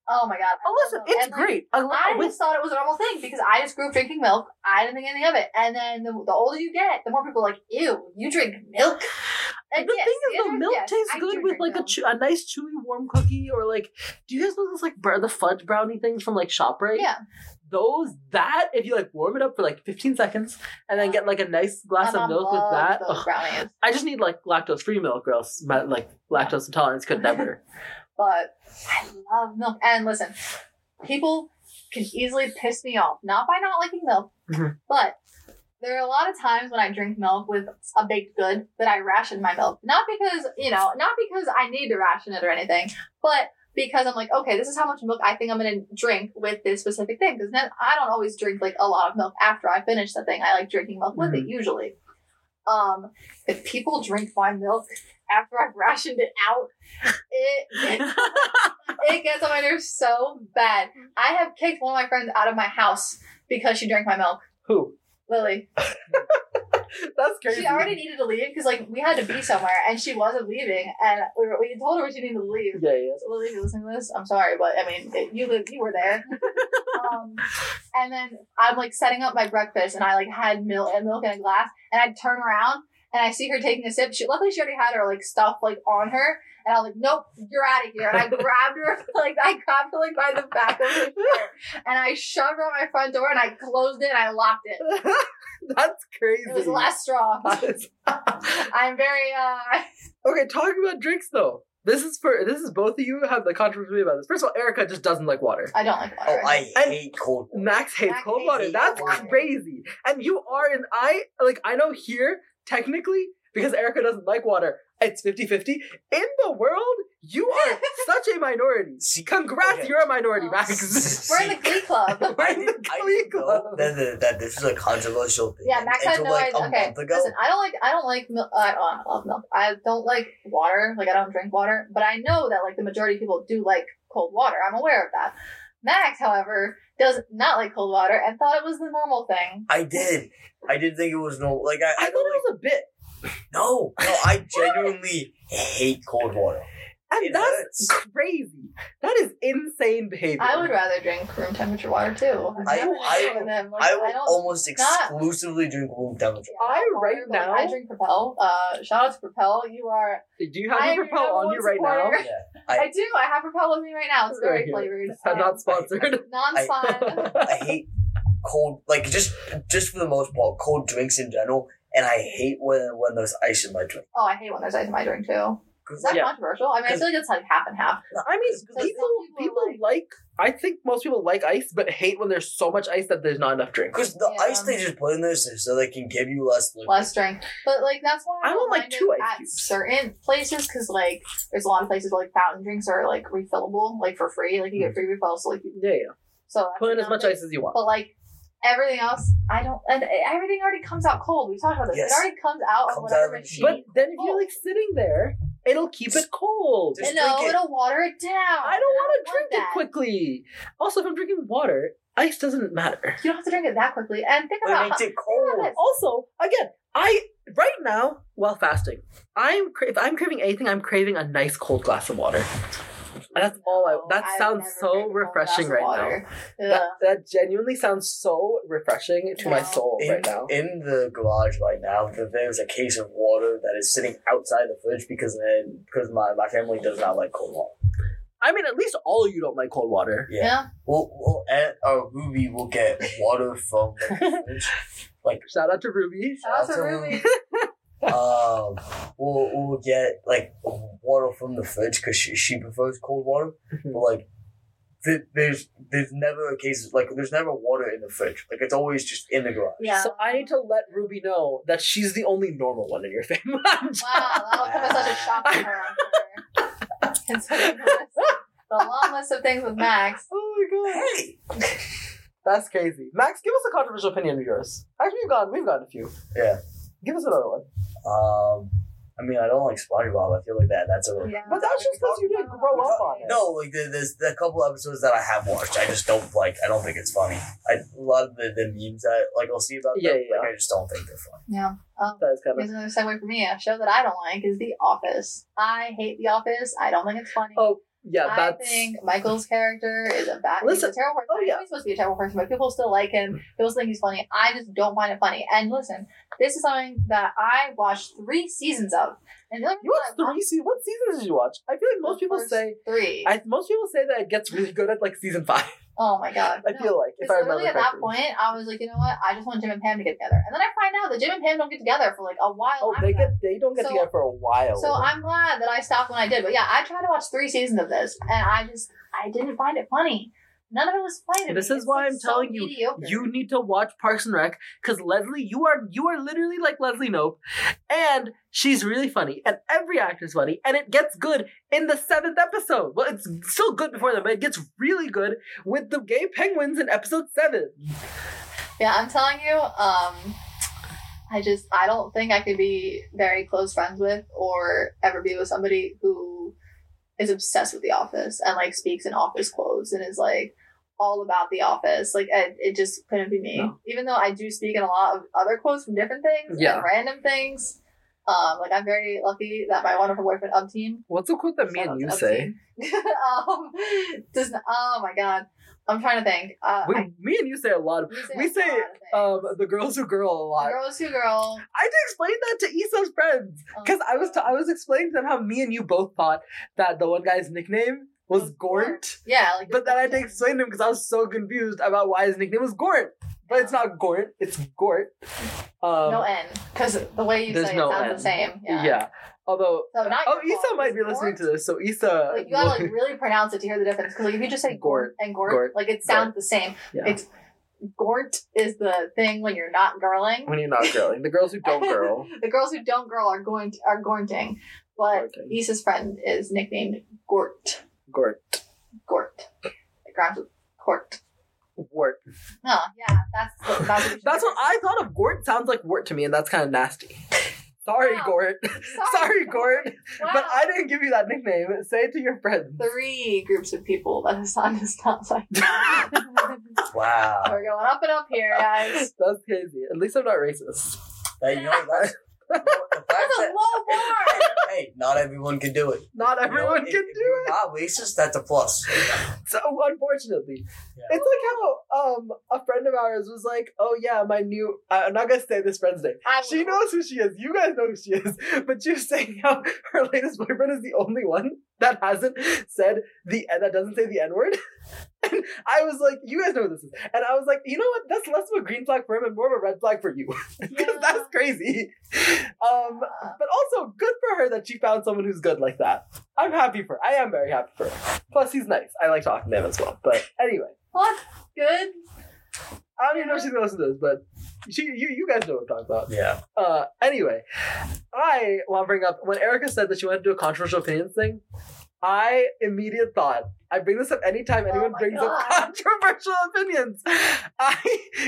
S4: Oh my god! I
S2: oh,
S4: love
S2: listen,
S4: milk.
S2: it's
S4: And, like,
S2: great. A lot
S4: I
S2: with-
S4: just thought it was a normal thing because I just grew up drinking milk. I didn't think anything of it. And then the, the older you get, the more people are like, ew, you drink milk. And
S2: the
S4: uh, yes,
S2: thing is,
S4: answer
S2: the milk
S4: yes,
S2: tastes
S4: I do
S2: good with
S4: drink
S2: like a,
S4: milk.
S2: chew- a nice chewy warm cookie or like. Do you guys know those like br- the fudge brownie things from like Shoprite?
S4: Yeah.
S2: Those that if you like warm it up for like 15 seconds and then
S4: Yeah.
S2: get like a nice glass
S4: My
S2: of
S4: mom
S2: milk with
S4: loves
S2: that.
S4: those
S2: ugh. <laughs>
S4: brownies.
S2: I just need like lactose free milk, or else my like lactose intolerance could never.
S4: But I love milk. And listen, people can easily piss me off, not by not liking milk,
S2: Mhm.
S4: but there are a lot of times when I drink milk with a baked good that I ration my milk. Not because, you know, not because I need to ration it or anything, but because I'm like, okay, this is how much milk I think I'm gonna drink with this specific thing. Because then I don't always drink like a lot of milk after I finish the thing. I like drinking milk with it usually. Um, if people drink my milk after I've rationed it out, it it gets on my nerves so bad. I have kicked one of my friends out of my house because she drank my milk.
S3: <laughs>
S2: Who?
S4: Lily.
S2: That's crazy.
S4: She already needed to leave because like we had to be somewhere and she wasn't leaving and we, were, we told her she needed to leave.
S2: <laughs> Yeah, yeah.
S4: <laughs> So Lily, if you listen to this, I'm sorry, but I mean it- you lived, you were there. um, and then I'm like setting up my breakfast and I like had milk and milk in a glass and I turn around and I see her taking a sip. She luckily she already had her like stuff like on her. And I was like, nope, you're out of here. And I grabbed her, <laughs> like, I grabbed her, like, by the back of her shirt. And I shoved her out my front door and I closed it and I locked it.
S2: That's crazy.
S4: It was the
S2: <laughs>
S4: last straw.
S2: That is-
S4: I'm very, uh,
S2: okay, talking about drinks though. This is for this is both of you have the controversy about this. First of all, Erica just doesn't like water.
S4: I don't like
S3: Oh,
S4: water.
S3: I
S2: And-
S3: hate cold water.
S2: Max hates
S4: Max
S2: cold
S4: hates
S2: water.
S4: cold
S2: That's
S4: water.
S2: crazy. And you are and I like I know here technically, because Erica doesn't like water, it's 50 50. In the world, you
S4: <laughs>
S2: are such a minority.
S3: See,
S2: Congrats,
S3: okay.
S2: you're a minority,
S4: Oh.
S2: Max. <laughs>
S4: We're in the Glee Club.
S3: <laughs>
S2: We're in the
S3: I
S2: Glee
S3: didn't know
S2: Club.
S3: that, that, that this is a controversial thing.
S4: Yeah, Max had
S3: until
S4: no
S3: like
S4: idea.
S3: a
S4: Okay,
S3: month ago.
S4: listen, I don't like I don't like milk. I, oh, I love milk. I don't like water. Like I don't drink water, but I know that like the majority of people do like cold water. I'm aware of that. Max, however, does not like cold water and thought it was the normal thing.
S3: I did. I did think it was no like I, I
S2: I thought it
S3: don't like
S2: was a bit.
S3: no no
S4: <laughs>
S3: I genuinely hate cold water.
S2: And
S3: It
S2: that's
S3: hurts.
S2: crazy. That is insane behavior.
S4: I would rather drink room temperature water too. I'm
S3: I-
S4: not an
S3: I-
S4: issue with them. Like,
S3: I will
S4: don't-
S3: almost
S4: not-
S3: exclusively drink room temperature.
S4: yeah, I don't
S2: I right
S4: water, but, like,
S2: now-
S4: I drink Propel. Uh, shout out to Propel. You are.
S2: Do you
S4: I
S2: have
S4: am
S2: your
S4: your
S2: propel
S4: number
S2: on
S4: one
S2: you right
S4: supporter.
S2: now?
S3: Yeah, I-
S4: I, do. I have Propel with me right now. It's very
S2: Right here.
S4: flavored.
S2: I'm
S4: <laughs>
S2: not sponsored.
S4: non-spun.
S3: I <laughs> hate cold like just just for the most part cold drinks in general, and I hate when when there's ice in my drink.
S4: Oh, I hate when there's ice in my drink too.
S3: 'Cause,
S4: Is that
S2: Yeah.
S4: controversial? I mean, I feel like it's like half and half.
S2: I mean,
S4: some
S2: people
S4: people
S2: people like. I think most people like ice, but hate when there's so much ice that there's not enough drink.
S3: Because the
S4: Yeah. um,
S3: ice they just put in there is so they can give you less liquid.
S4: Less drink, but like that's why
S2: I want, like,
S4: mind it
S2: two ice
S4: at
S2: cubes.
S4: certain places because like there's a lot of places where, like fountain drinks are like refillable, like for free. Like you get free refills, so like you,
S2: Yeah, yeah.
S4: so that's
S2: Mm. Put in as
S4: another
S2: much
S4: thing.
S2: ice as you want.
S4: But like everything else, I don't. And everything already comes out cold. We talked about this.
S3: Yes.
S4: It already comes out
S3: Comes
S4: of
S3: out
S4: whatever
S3: of the
S4: machine.
S2: But then if you're
S4: Cold.
S2: like sitting there, it'll keep it cold.
S3: Just
S4: And no,
S3: drink it.
S4: it'll water it down.
S2: I
S4: And
S2: don't want to drink
S4: that.
S2: it quickly. Also, if I'm drinking water, ice doesn't matter.
S4: You don't have to drink it that quickly. And think
S3: But
S4: about
S3: it makes it
S4: Think about
S3: cold.
S4: this.
S2: Also, again, I right now while fasting, I'm cra- if I'm craving anything, I'm craving a nice cold glass of water. And that's all I. That
S4: I would
S2: sounds
S4: never
S2: so
S4: drink a cold
S2: refreshing
S4: glass of
S2: right now.
S4: water.
S2: That,
S4: Ugh.
S2: that genuinely sounds so refreshing to my
S4: No.
S2: soul
S3: In,
S2: right now.
S3: in the garage right now, th- there's a case of water that is sitting outside the fridge because then because my, my family does not like cold water.
S2: I mean, at least all you don't like cold water.
S3: Yeah. We'll, we'll and our Ruby will get water from
S2: <laughs>
S3: the fridge.
S2: Shout out to Ruby.
S4: Shout out to
S3: Shout out to
S4: Ruby.
S3: Um, we'll, we'll get like water from the fridge because she, she prefers cold water.
S2: Mm-hmm.
S3: But like, th- there's there's never a case like there's never water in the fridge. Like it's always just in the garage.
S4: Yeah.
S2: So I need to let Ruby know that she's the only normal one in your <laughs> family. I'm just-
S4: Wow, that'll come as such a shock to her. I'm
S2: <laughs>
S4: sure. Considering the list- the long list of things with Max.
S2: oh my god.
S3: Hey,
S2: <laughs> That's crazy. Max, give us a controversial opinion of yours. Actually, we've got we've got a few.
S3: Yeah.
S2: Give us another one.
S3: um, I mean I don't like SpongeBob. I feel like that that's a
S2: But that's just because you didn't grow up on it.
S3: No, like there- there's a couple episodes that I have watched. I just don't like. I don't think it's funny. I a lot of the, the memes that like I'll see about
S2: Yeah,
S3: them.
S2: yeah.
S3: Like I just don't think they're funny.
S4: Yeah. Um,
S2: That is kind of.
S4: here's another segue for me. A show that I don't like is The Office. I hate The Office. I don't think it's funny.
S2: Oh yeah,
S4: I
S2: that's.
S4: think Michael's character is a bad,
S2: Listen-
S4: he's a terrible person.
S2: oh, yeah.
S4: He's supposed to be a terrible person, but people still like him. People still think he's funny. I just don't find it funny. And listen, this is something that I watched three seasons of. And the only
S2: you
S4: reason
S2: watched
S4: I watched
S2: three seasons. What seasons did you watch? I feel like most
S4: the
S2: people
S4: first
S2: say.
S4: three.
S2: I most people say that it gets really good at like season five. <laughs>
S4: oh my god!
S2: I
S4: No.
S2: feel like if
S4: Because
S2: I remember
S4: literally at that
S2: correctly.
S4: point, I was like, you know what? I just want Jim and Pam to get together. And then I find out that Jim and Pam don't get together for like a while.
S2: Oh,
S4: after
S2: they
S4: that.
S2: get they don't get
S4: So-
S2: together for a while.
S4: So I'm glad that I stopped when I did. But yeah, I tried to watch three seasons of this, and I just I didn't find it funny. None of it was funny. to
S2: This
S4: me.
S2: is
S4: It's,
S2: why
S4: like,
S2: I'm
S4: so
S2: telling you,
S4: mediocre.
S2: You need to watch Parks and Rec because Leslie, you are you are literally like Leslie Nope, and she's really funny, and every actor's funny, and it gets good in the seventh episode. Well, it's still good before that, but it gets really good with the gay penguins in episode seven.
S4: Yeah, I'm telling you. Um, I just I don't think I could be very close friends with or ever be with somebody who is obsessed with The Office and like speaks in Office quotes and is like all about The Office. Like it, it just couldn't be me.
S2: No.
S4: Even though I do speak in a lot of other quotes from different things,
S2: Yeah.
S4: and random things. Um, like I'm very lucky that my wonderful boyfriend Up Team
S2: What's the quote that me
S4: Shout out
S2: and you
S4: to
S2: say?
S4: Up Team. <laughs> um, does not, oh my god, I'm trying to think. Uh,
S2: We,
S4: I-
S2: me and you say a lot. Of, we
S4: a
S2: say,
S4: lot of things.
S2: um, the girls who girl a lot.
S4: Girls who girl.
S2: I had to explain that to Issa's friends
S4: Oh.
S2: because I was t- I was explaining to them how me and you both thought that the one guy's nickname was
S4: Was
S2: Gort.
S4: Gort. yeah, like
S2: But then I had to explain to him because I was so confused about why his nickname was Gort. But it's not Gort, it's Gort. Um,
S4: no N because the way you
S2: there's
S4: say it
S2: no
S4: sounds
S2: N.
S4: the same.
S2: yeah.
S4: Yeah.
S2: Although,
S4: So not
S2: oh,
S4: your
S2: Issa
S4: fault.
S2: might be
S4: It's
S2: listening
S4: Gort.
S2: to this, so Issa.
S4: Like, you gotta like really pronounce it to hear the difference because like if you just say
S2: Gort.
S4: and Gort,
S2: Gort.
S4: like it sounds the same.
S2: Yeah.
S4: It's Gort is the thing when you're not girling.
S2: When you're not girling, the girls who <laughs> don't girl.
S4: The girls who don't girl are going are gorting, but
S2: Gorting.
S4: Issa's friend is nicknamed Gort.
S2: Gort.
S4: Gort. It rhymes with court.
S2: Wort.
S4: Oh yeah, that's that's what, we should
S2: <laughs> That's
S4: do.
S2: what I thought of. Gort sounds like wort to me, and that's kind of nasty. Sorry,
S4: Wow.
S2: Gort. Sorry, Gort.
S4: Wow.
S2: But I didn't give you that nickname. Say it to your friends.
S4: three groups of people that Hassan is not like.
S3: Wow.
S4: We're going up and up here, guys.
S2: <laughs> That's crazy. At least I'm not racist.
S3: Hey, you know what, that's, you know what, the fact
S4: That's
S2: <laughs>
S4: a
S3: that-
S4: low bar.
S3: hey, not everyone can do it.
S2: Not
S3: You know,
S2: everyone
S3: if-
S2: can
S3: if
S2: do
S3: you're
S2: it.
S3: Not racist. That's a plus.
S2: So unfortunately,
S3: Yeah.
S2: it's like how um a friend of ours was like, "Oh yeah, my new." I- I'm not gonna say this friend's name.
S4: I
S2: She
S4: will.
S2: knows who she is. You guys know who she is. <laughs> But she was saying how <laughs> her latest boyfriend is the only one that hasn't said the that doesn't say the N word. <laughs> And I was like, you guys know what this is. And I was like, you know what? That's less of a green flag for him and more of a red flag for you. <laughs> Because
S4: Yeah.
S2: that's crazy. Um, but also, good for her that she found someone who's good like that. I'm happy for her. I am very happy for her. Plus, he's nice. I like talking to him as well. But anyway,
S4: What? Good.
S2: I don't even know if she's going to listen to this, but she, you, you guys know what I'm talking about.
S3: Yeah.
S2: Uh, anyway, I want to bring up when Erica said that she wanted to do a controversial opinions thing. I immediate thought I bring this up anytime anyone
S4: Oh my
S2: brings up
S4: God.
S2: <laughs> controversial opinions. I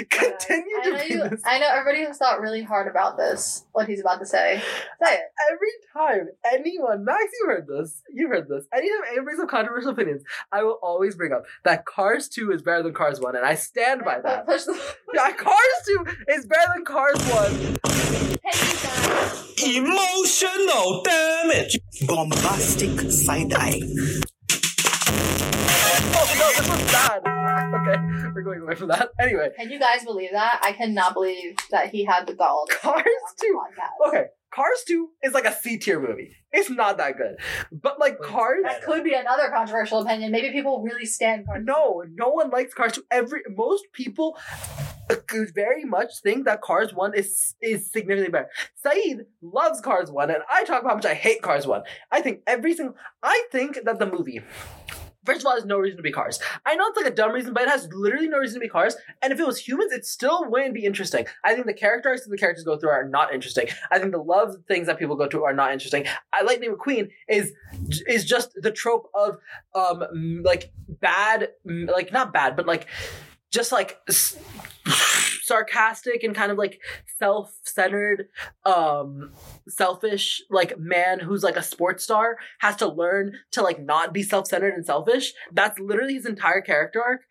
S2: continue
S4: I
S2: to
S4: know
S2: bring
S4: you.
S2: this
S4: I know everybody has thought really hard about this. What he's about to say. Say it.
S2: every time anyone. Max, you heard this. You heard this. Anytime anyone brings up controversial opinions, I will always bring up that Cars Two is better than Cars One, and I stand by that.
S4: <laughs> Push the.
S2: Yeah, Cars Two is better than Cars One.
S4: Hey, you guys.
S1: Emotional damage. Bombastic side eye.
S2: Oh no, this was bad. Okay, we're going away from that. Anyway.
S4: Can you guys believe that? I cannot believe that he had the doll.
S2: Cars too.
S4: Podcast.
S2: Okay, Cars 2 is like a C tier movie. It's not that good. But like
S3: Wait,
S2: Cars
S4: That could be another controversial opinion. Maybe people really stand for
S2: no, no one likes Cars 2. Every most people very much think that Cars 1 is is significantly better. Saeed loves Cars 1 and I talk about how much I hate Cars 1. I think every single I think that the movie First of all, there's no reason to be cars. I know it's like a dumb reason, but it has literally no reason to be cars. And if it was humans, it still wouldn't be interesting. I think the character arcs that the characters go through are not interesting. I think the love things that people go through are not interesting. I, Lightning McQueen is is just the trope of um m- like bad, m- like not bad, but like just like s- sarcastic and kind of like self-centered um selfish like man who's like a sports star has to learn to like not be self-centered and selfish that's literally his entire character arc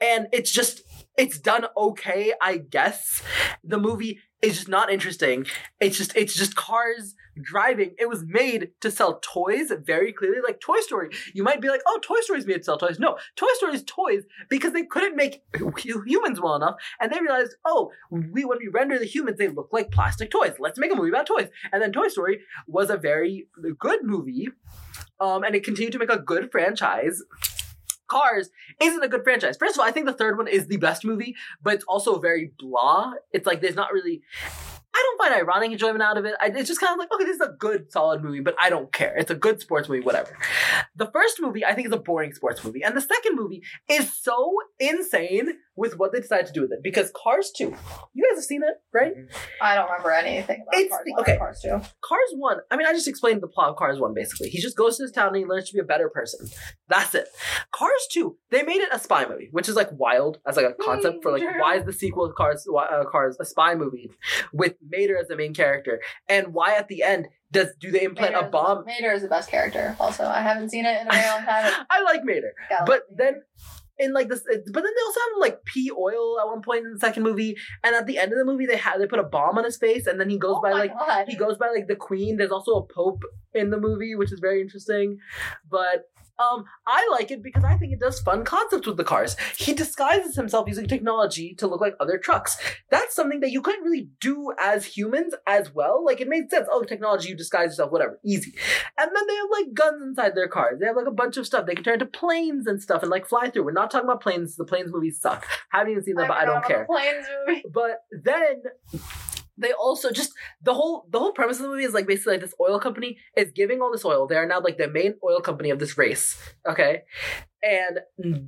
S2: and it's just it's done okay i guess the movie is just not interesting it's just it's just cars driving it was made to sell toys very clearly like toy story you might be like oh toy story's made to sell toys no toy story's toys because they couldn't make <laughs> hu- humans well enough and they realized oh we when we render the humans they look like plastic toys let's make a movie about toys and then toy story was a very good movie um, and it continued to make a good franchise cars isn't a good franchise first of all i think the third one is the best movie but it's also very blah it's like there's not really i don't find ironic enjoyment out of it I, it's just kind of like okay this is a good solid movie but i don't care it's a good sports movie whatever the first movie i think is a boring sports movie and the second movie is so insane with what they decided to do with it because cars 2 you guys have seen it right
S4: I don't remember anything about
S2: It's
S4: Cars
S2: the-
S4: one or
S2: okay.
S4: Cars two.
S2: Cars One. I mean, I just explained the plot of Cars One. Basically, he just goes to his town and he learns to be a better person. That's it. Cars Two. They made it a spy movie, which is like wild as like a concept for like
S4: Major.
S2: why is the sequel of Cars why, uh, Cars a spy movie with Mater as the main character, and why at the end does do they implant
S4: Mater
S2: a
S4: is the-
S2: bomb?
S4: Mater is the best character. Also, I haven't seen it in a very
S2: <laughs>
S4: long time.
S2: I like Mater.
S4: Gotta
S2: but
S4: love it.
S2: then in like this but then they also have like pee oil at one point in the second movie and at the end of the movie they had they put a bomb on his face and then he goes
S4: oh
S2: by
S4: my
S2: like
S4: God.
S2: he goes by like the queen there's also a pope in the movie which is very interesting but um i like it because i think it does fun concepts with the cars he disguises himself using technology to look like other trucks that's something that you couldn't really do as humans as well like it made sense oh technology you disguise yourself whatever easy and then they have like guns inside their cars they have like a bunch of stuff they can turn into planes and stuff and like fly through we're not talking about planes the planes movies suck haven't even seen them but i
S4: forgot
S2: don't
S4: about
S2: care
S4: the Planes movie.
S2: <laughs> but then they also just the whole the whole premise of the movie is like basically like this oil company is giving all this oil. They are now like the main oil company of this race. Okay. And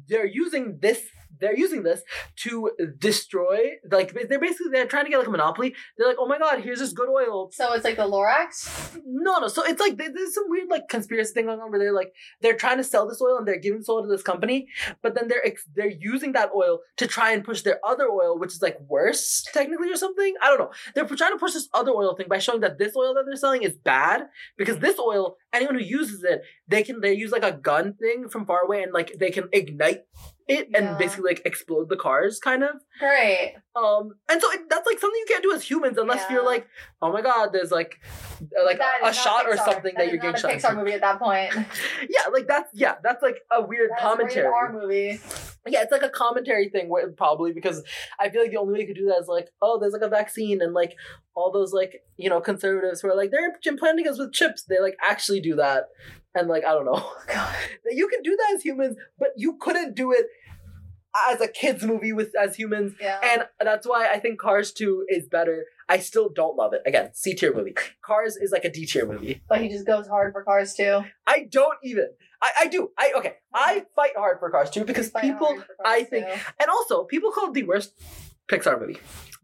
S2: they're using this they're using this to destroy. Like they're basically they're trying to get like a monopoly. They're like, oh my god, here's this good oil.
S4: So it's like the Lorax.
S2: No, no. So it's like there- there's some weird like conspiracy thing going on where they're like they're trying to sell this oil and they're giving this oil to this company, but then they're ex- they're using that oil to try and push their other oil, which is like worse technically or something. I don't know. They're trying to push this other oil thing by showing that this oil that they're selling is bad because this oil, anyone who uses it, they can they use like a gun thing from far away and like they can ignite it
S4: Yeah.
S2: and basically like explode the cars kind of.
S4: Great.
S2: Um, and so it, that's like something you can't do as humans unless
S4: Yeah.
S2: you're like, oh my god, there's like, like
S4: That
S2: a, a
S4: is not
S2: shot or
S4: Pixar.
S2: something that,
S4: is
S2: you're getting
S4: not
S2: shot.
S4: a Pixar
S2: into.
S4: movie at
S2: <laughs>
S4: that point.
S2: Yeah, like that's yeah, that's like a weird
S4: That's
S2: commentary.
S4: Rated R movie.
S2: Yeah, it's like a commentary thing where, probably because I feel like the only way you could do that is like, oh, there's like a vaccine and like all those like you know conservatives who are like they're implanting us with chips. They like actually do that, and like I don't know, <laughs> you can do that as humans, but you couldn't do it as a kids movie with as humans.
S4: Yeah.
S2: And that's why I think Cars 2 is better. I still don't love it. Again, C tier movie. Cars is like a D tier movie.
S4: but he just goes hard for Cars too.
S2: I don't even. I, I do. I okay.
S4: Mm-hmm.
S2: I fight hard for Cars 2 because people I think- and also people call it the worst Pixar movie.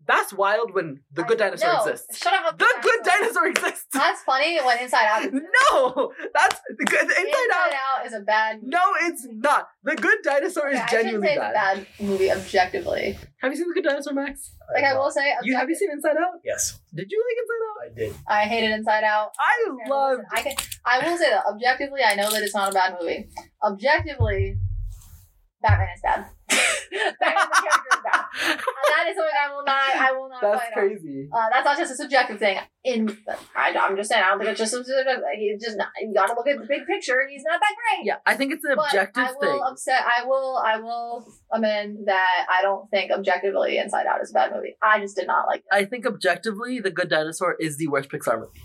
S2: That's wild when the good dinosaur exists.
S4: Shut up.
S2: The good dinosaur exists. <laughs>
S4: That's funny when Inside Out. Inside,
S2: No! That's the good inside out.
S4: Out is a bad.
S2: No, it's not. The good dinosaur
S4: Okay,
S2: is
S4: I shouldn't
S2: genuinely
S4: say it's
S2: bad.
S4: a bad movie objectively.
S2: Have you seen the good dinosaur, Max?
S4: Like I will say,
S2: You have you seen Inside Out?
S3: Yes,
S2: Did you like Inside Out?
S3: I did.
S4: I hated Inside Out.
S2: I love
S4: Listen, I can. I will say that objectively, I know that it's not a bad movie. Objectively, Batman is bad. <laughs> Batman the character is bad. And that is something I will not. I will not.
S2: That's
S4: fight on.
S2: crazy.
S4: Uh, that's not just a subjective thing. In I, I'm just saying, I don't think it's just subjective. He's just not, you got to look at the big picture. He's not that great.
S2: Yeah, I think it's an
S4: But
S2: objective
S4: I will
S2: thing.
S4: upset. I will. I will amend that. I don't think objectively Inside Out is a bad movie. I just did not like
S2: I think objectively, The Good Dinosaur is the worst Pixar movie.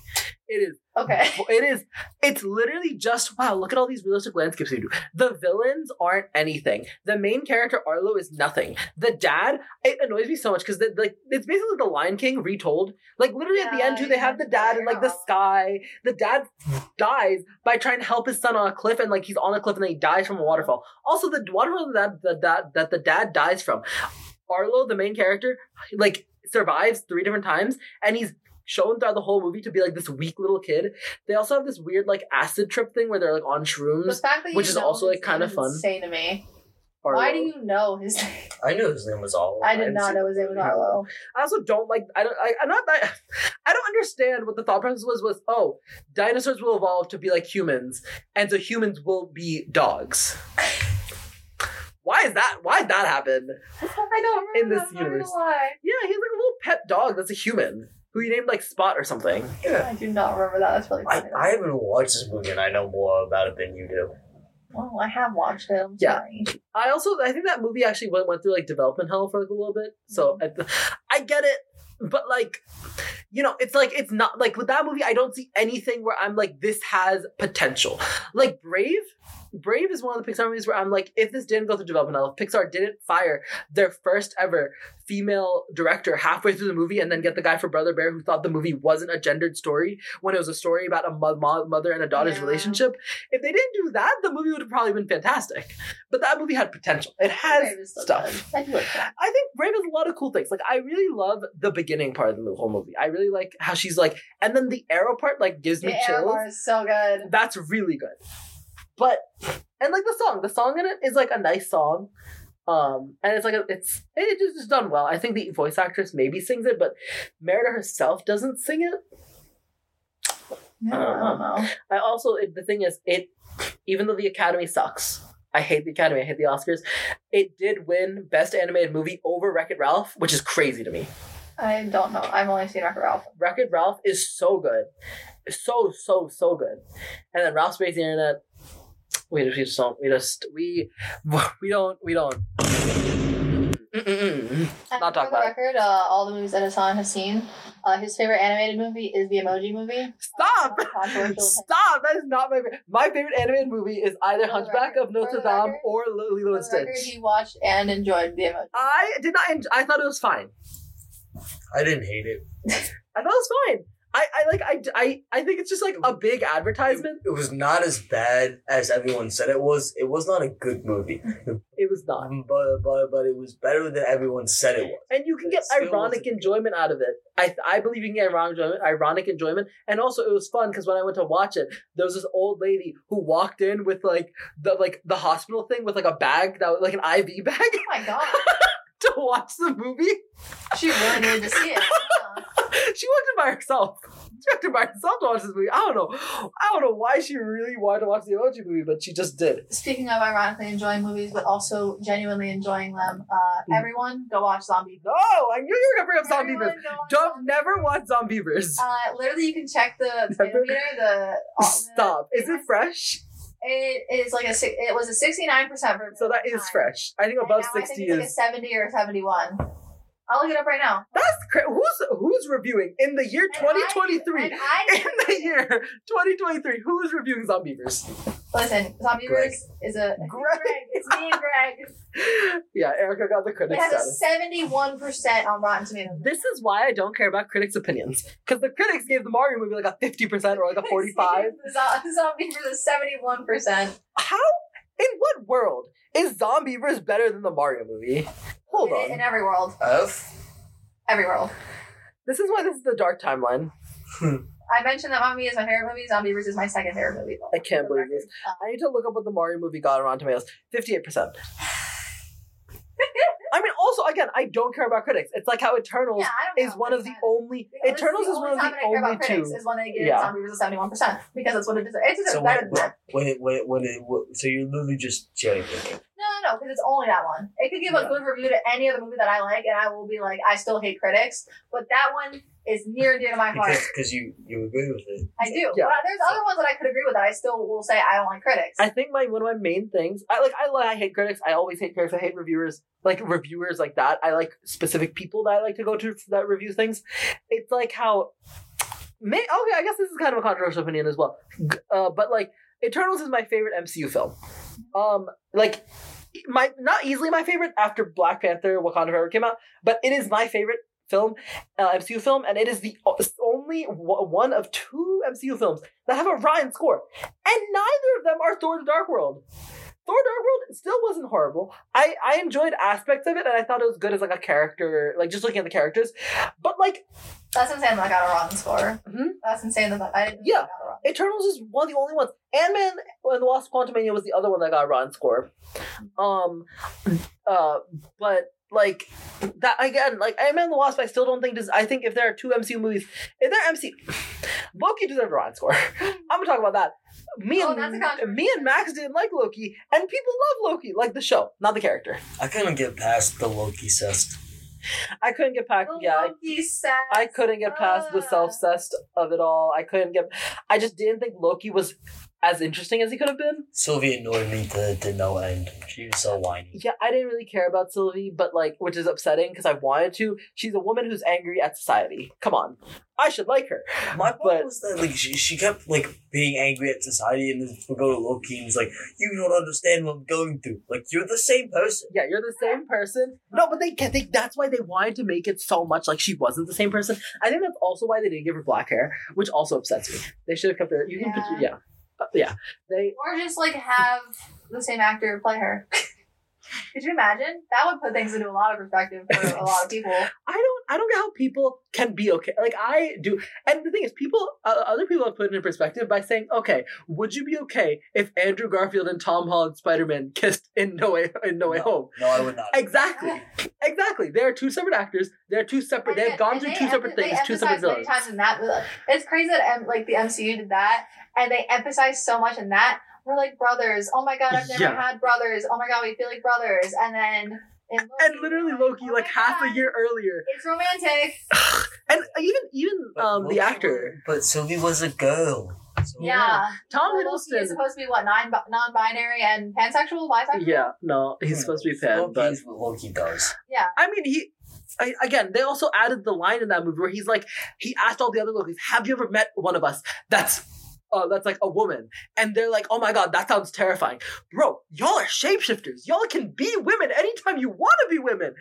S2: It is.
S4: it. Okay.
S2: It is. It's literally just wow. Look at all these realistic landscapes we do. The villains aren't anything. The main character Arlo is nothing. The dad. It annoys me so much because like it's basically the Lion King retold. Like literally at the
S4: Yeah,
S2: end, too, they have the dad in like the
S4: yeah.
S2: sky. The dad dies by trying to help his son on a cliff, and like he's on a cliff and then he dies from a waterfall. Also, the waterfall that that that, that the dad dies from. Arlo, the main character, like survives three different times, and he's shown throughout the whole movie to be like this weak little kid. They also have this weird like acid trip thing where they're like on
S4: <laughs> The
S2: shrooms.
S4: fact that you
S2: Which is
S4: know
S2: also,
S4: his
S2: like, kinda
S4: name is
S2: fun.
S4: Insane to me.
S2: Or-
S4: Why do you know his name?
S3: I knew his name was Oliver.
S4: I did
S3: didn't
S4: not
S3: see-
S4: know his name was Arlo.
S2: I also don't like. I don't. I, I'm not that. <laughs> I don't understand what the thought process was. Was oh, dinosaurs will evolve to be like humans, and so humans will be dogs. Why is that? Why would that happen?
S4: <laughs> I don't remember.
S2: In this
S4: that, I'm not gonna
S2: universe.
S4: lie.
S2: Yeah, he's like a little pet dog that's a human who you named like Spot or something.
S4: I do not remember that. That's really
S3: I,
S4: funny.
S3: I haven't watched this movie and I know more about it than you do.
S4: well, I have watched it. I'm
S2: Yeah.
S4: sorry.
S2: I also I think that movie actually went, went through like development hell for like a little bit. So I, I <laughs> get it, but like you know, it's like it's not like with that movie I don't see anything where I'm like this has potential. Like Brave, Brave is one of the Pixar movies where I'm like if this didn't go through development hell, if Pixar didn't fire their first ever female director halfway through the movie and then get the guy for Brother Bear who thought the movie wasn't a gendered story when it was a story about a mo- mo- mother and a daughter's
S4: Yeah.
S2: relationship. If they didn't do that, the movie would have probably been fantastic. But that movie had potential. It has
S4: Brave is so
S2: stuff.
S4: good. I do like that.
S2: I think Brave has a lot of cool things. Like I really love the beginning part of the whole movie. I really like how she's like, and then the arrow part like gives
S4: The
S2: me
S4: air
S2: chills.
S4: bar is so good.
S2: That's really good. But and like the song, the song in it is like a nice song. Um, and it's like a, it's it just is done well. I think the voice actress maybe sings it, but Merida herself doesn't sing it.
S4: Yeah, I don't know.
S2: I also it, the thing is it even though the Academy sucks. I hate the Academy. I hate the Oscars. It did win Best Animated Movie over Wreck It Ralph, which is crazy to me.
S4: I don't know. I've only seen Wreck-It Ralph.
S2: Wreck It Ralph is so good, so so so good. And then Ralph Space the Internet. We just, we just don't. We just we we don't we don't. Mm-mm-mm.
S4: And
S2: Not talk
S4: for the
S2: about it.
S4: record, uh, all the movies that Hassan has seen, uh, his favorite animated movie is the Emoji Movie. Uh,
S2: Stop!
S4: Controversial
S2: Stop! That is not my favorite. My favorite animated movie is either
S4: For the
S2: Hunchback
S4: record-
S2: of Notre
S4: for the
S2: Dame
S4: record-
S2: or Lilo
S4: For
S2: and
S4: the record,
S2: Stitch.
S4: he watched and enjoyed the Emoji.
S2: I did not. En- I thought it was fine.
S3: I didn't hate it.
S2: I thought it was fine. I, I like I, I I think it's just like a big advertisement.
S3: It was not as bad as everyone said it was. It was not a good movie,
S2: It was not,
S3: Um, but but but it was better than everyone said it was.
S2: and you can
S3: It
S2: get
S3: still
S2: ironic
S3: wasn't good.
S2: enjoyment out of it. I I believe you can get ironic enjoyment, ironic enjoyment, and also it was fun because when I went to watch it, there was this old lady who walked in with like the like the hospital thing with like a bag that was like an IV <laughs> bag
S4: Oh my god.
S2: to watch the movie. <laughs>
S4: She really needed to see it. huh?
S2: She walked in by herself. She walked in by herself to watch this movie. I don't know. I don't know why she really wanted to watch the emoji movie, but she just did.
S4: Speaking of ironically enjoying movies, but also genuinely enjoying them, uh, everyone go watch Zombie.
S2: No, I knew you were gonna bring up Hmm. zombie
S4: Everyone
S2: beavers.
S4: go watch
S2: Don't
S4: Zombie.
S2: never watch zombie beavers. <laughs>
S4: Uh, literally, you can check the tomato
S2: Never.
S4: meter. The
S2: Stop. Is it fresh?
S4: It is like a. si- It was a sixty nine percent for.
S2: So that is fresh. I think
S4: And
S2: above
S4: now I
S2: sixty
S4: think it's
S2: is.
S4: like a seventy or seventy one. I'll look it up right now.
S2: That's cra- who's who's reviewing in the year
S4: And I-
S2: twenty twenty three.
S4: and I
S2: <laughs> In the year 2023, who is reviewing Zombie Beavers?
S4: listen.
S3: Greg.
S4: Zombievers is a
S2: Greg.
S4: It's me and
S2: <laughs>
S4: Greg.
S2: <laughs> Yeah, Erica got the
S4: It
S2: critics
S4: has a
S2: status.
S4: seventy one percent on Rotten Tomatoes.
S2: This is why I don't care about critics' opinions. Because the critics gave the Mario movie like a 50%
S4: <laughs>
S2: or like a 45.
S4: Zombievers is seventy one percent.
S2: How? In what world is Zombie Beavers better than the Mario movie? Hold
S4: in
S2: on.
S4: every world.
S3: F.
S4: Every world.
S2: This is why this is the dark timeline.
S4: I mentioned that Mommy is my favorite movie. Zombievers is my second favorite movie. Uh,
S2: I can't believe this. I need to look up what the Mario movie got around tomatoes. Fifty-eight
S4: <laughs>
S2: percent. I mean, also again, I don't care about critics. It's like how Eternals
S4: Yeah, I don't know.
S2: is one of the
S4: Percent.
S2: only
S4: Because this
S2: Eternals
S4: the
S2: is, one
S4: only
S2: of the
S4: time that I care
S2: only
S4: about critics
S2: two.
S4: Is when they give
S2: Yeah.
S4: zombies a seventy one percent because that's what it deserves.
S3: <laughs>
S4: It's
S3: So when
S4: deserves better
S3: it,
S4: than that.
S3: when it, when it, when it, when so you're literally just cherry picking.
S4: No, no, no, because it's only that one. It could give a
S2: Yeah.
S4: good review to any other movie that I like, and I will be like, I still hate critics, but that one is near and dear to my heart.
S3: because because you you agree with it.
S4: I do.
S2: Yeah.
S4: But there's other ones that I could agree with that I still will say I don't like critics.
S2: I think my one of my main things. I like. I like. I hate critics. I always hate critics. I hate reviewers. Like reviewers like that. I like specific people that I like to go to that review things. It's like how. May, okay, I guess this is kind of a controversial opinion as well. G- Uh, but like, Eternals is my favorite MCU film. Um, like. My not easily my favorite after Black Panther Wakanda Forever came out, but it is my favorite film, uh, MCU film, and it is the o- only o- one of two MCU films that have a Ryan score and neither of them are Thor: The Dark World. Thor: Dark World still wasn't horrible. I I enjoyed aspects of it, and I thought it was good as like a character, like just looking at the characters. But like
S4: That's insane that I got a rotten score.
S2: Mhm.
S4: That's insane that I didn't
S2: Yeah.
S4: I got a rotten.
S2: Eternals is one of the only ones. Ant Man and the Wasp: Quantumania was the other one that got a rotten score. Um, uh, but like that again, like Ant Man and the Wasp, I still don't think does. I think if there are two MCU movies, if there are MCU, Loki deserved a rotten score. I'm gonna talk about that. Me
S4: Oh,
S2: and
S4: that's a controversy.
S2: me and Max didn't like Loki, and people love Loki, like the show, not the character.
S3: I couldn't get past the Loki cest.
S2: I couldn't get past.
S4: The
S2: Yeah, I,
S4: Loki says,
S2: I couldn't get past the
S4: Ah.
S2: self-cessed of it all. I couldn't get. I just didn't think Loki was as interesting as he could have been.
S3: Sylvia annoyed me to, to no end. She was so whiny.
S2: Yeah, I didn't really care about Sylvie, but like, which is upsetting because I wanted to. She's a woman who's angry at society. Come on, I should like her.
S3: My point
S2: But-
S3: was that like she, she kept like being angry at society and then we go to Loki and it's like you don't understand what I'm going through. Like you're the same person.
S2: Yeah, you're the same person. No, but they can't. They, that's why they wanted to make it so much like she wasn't the same person. I think that's also why they didn't give her black hair, which also upsets me. They should have kept her. You can put
S4: Yeah.
S2: yeah, Uh, yeah. They
S4: Or just like have the same actor play her. <laughs> Could you imagine? That would put things into a lot of perspective for
S2: <laughs>
S4: a lot of people.
S2: I don't I don't get how people can be okay. Like I do, and the thing is, people uh, other people have put it in perspective by saying, okay, would you be okay if Andrew Garfield and Tom Holland Spider Man kissed in No Way in No Way
S3: No.
S2: Home?
S3: No, I would not.
S2: Exactly, exactly. They are two separate actors. They're two separate.
S4: And
S2: They've
S4: yet-
S2: gone
S4: and
S2: through
S4: they
S2: two separate
S4: emph- they
S2: things, two separate
S4: emphasized many
S2: villains.
S4: times in that. It's crazy that um, like the MCU did that, and they emphasized so much in that. We're like brothers. Oh my god, I've never
S2: Yeah.
S4: had brothers. Oh my god, we feel like brothers. And then in Loki,
S2: And literally Loki,
S4: oh
S2: like
S4: my
S2: half a
S4: God,
S2: year earlier,
S4: It's romantic.
S2: and even even
S3: But
S2: um
S3: Loki
S2: the actor
S3: was- but Sylvie was a girl. So
S4: Yeah.
S2: Tom
S4: Well, Loki is
S2: Hiddleston.
S4: supposed to be what non non-binary and pansexual, bisexual.
S2: Yeah, no,
S4: Hmm.
S2: he's supposed to be pan,
S3: Loki
S2: but
S3: is what Loki does.
S2: I mean, he. I, again, they also added the line in that movie where he's like, he asked all the other locals, "Have you ever met one of us that's, uh, that's like a woman?" And they're like, "Oh my god, that sounds terrifying, bro! Y'all are shapeshifters. Y'all can be women anytime you want to be women.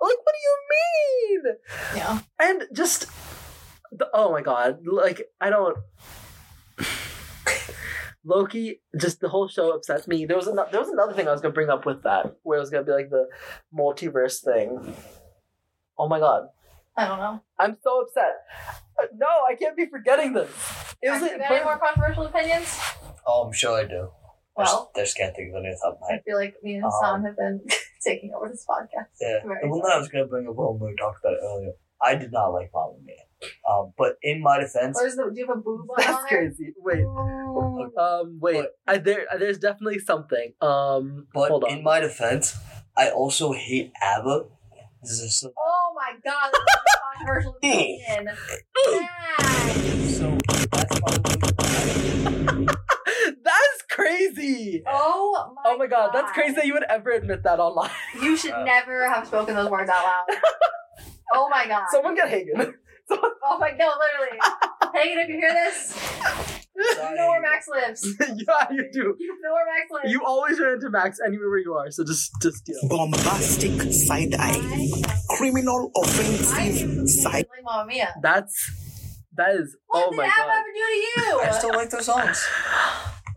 S2: Like, what do you mean?"
S4: Yeah.
S2: And just, the, oh my god, like I don't. Loki, just the whole show upsets me. There was another, there was another thing I was gonna bring up with that, where it was gonna be like the multiverse thing. Oh my god,
S4: I don't know.
S2: I'm so upset. Uh, No, I can't be forgetting this. It was
S4: Alright, you got any
S2: like,
S4: more controversial opinions?
S3: Oh, I'm sure I do. I just-
S4: Well,
S3: I just can't think of any off the top of my
S4: I
S3: head.
S4: feel like me and
S3: Um,
S4: Sam have been <laughs> taking over this podcast.
S3: Yeah.
S4: Right.
S3: The one that I was going to bring up when we talked about it earlier, I did not like Mamma Mia. Um, but in my defense,
S4: Where's the? Do you have a boob line on
S2: that's
S4: there? Oh
S2: crazy. Wait,
S4: Ooh.
S2: um, wait,
S3: But-
S2: I, there, there's definitely something. Um,
S3: but
S2: hold on. <laughs>
S3: in my defense, I also hate ABBA. This is so,
S4: Oh my god, that's
S2: <laughs>
S4: a controversial opinion. Man.
S3: so that's
S4: <laughs>
S3: probably
S2: that's crazy.
S4: Oh my
S2: Oh my god, that's crazy that you would ever admit that online.
S4: You should
S3: Uh,
S4: never have spoken those words out
S2: <laughs>
S4: loud. oh my god.
S2: Someone get Hagen.
S4: oh my
S2: <laughs>
S4: no, literally. Hang it if you hear this. You know where Max lives.
S2: <laughs> yeah, you do.
S4: You know where Max lives.
S2: You always run into Max anywhere you are, so just just deal.
S1: Bombastic side eye. Criminal
S4: I side.
S1: offensive side.
S4: Like Mamma Mia.
S2: That's that is
S4: What
S2: oh
S4: did
S2: my
S4: Abba
S2: god.
S4: ever do to you?
S3: I still like those songs.
S4: <laughs>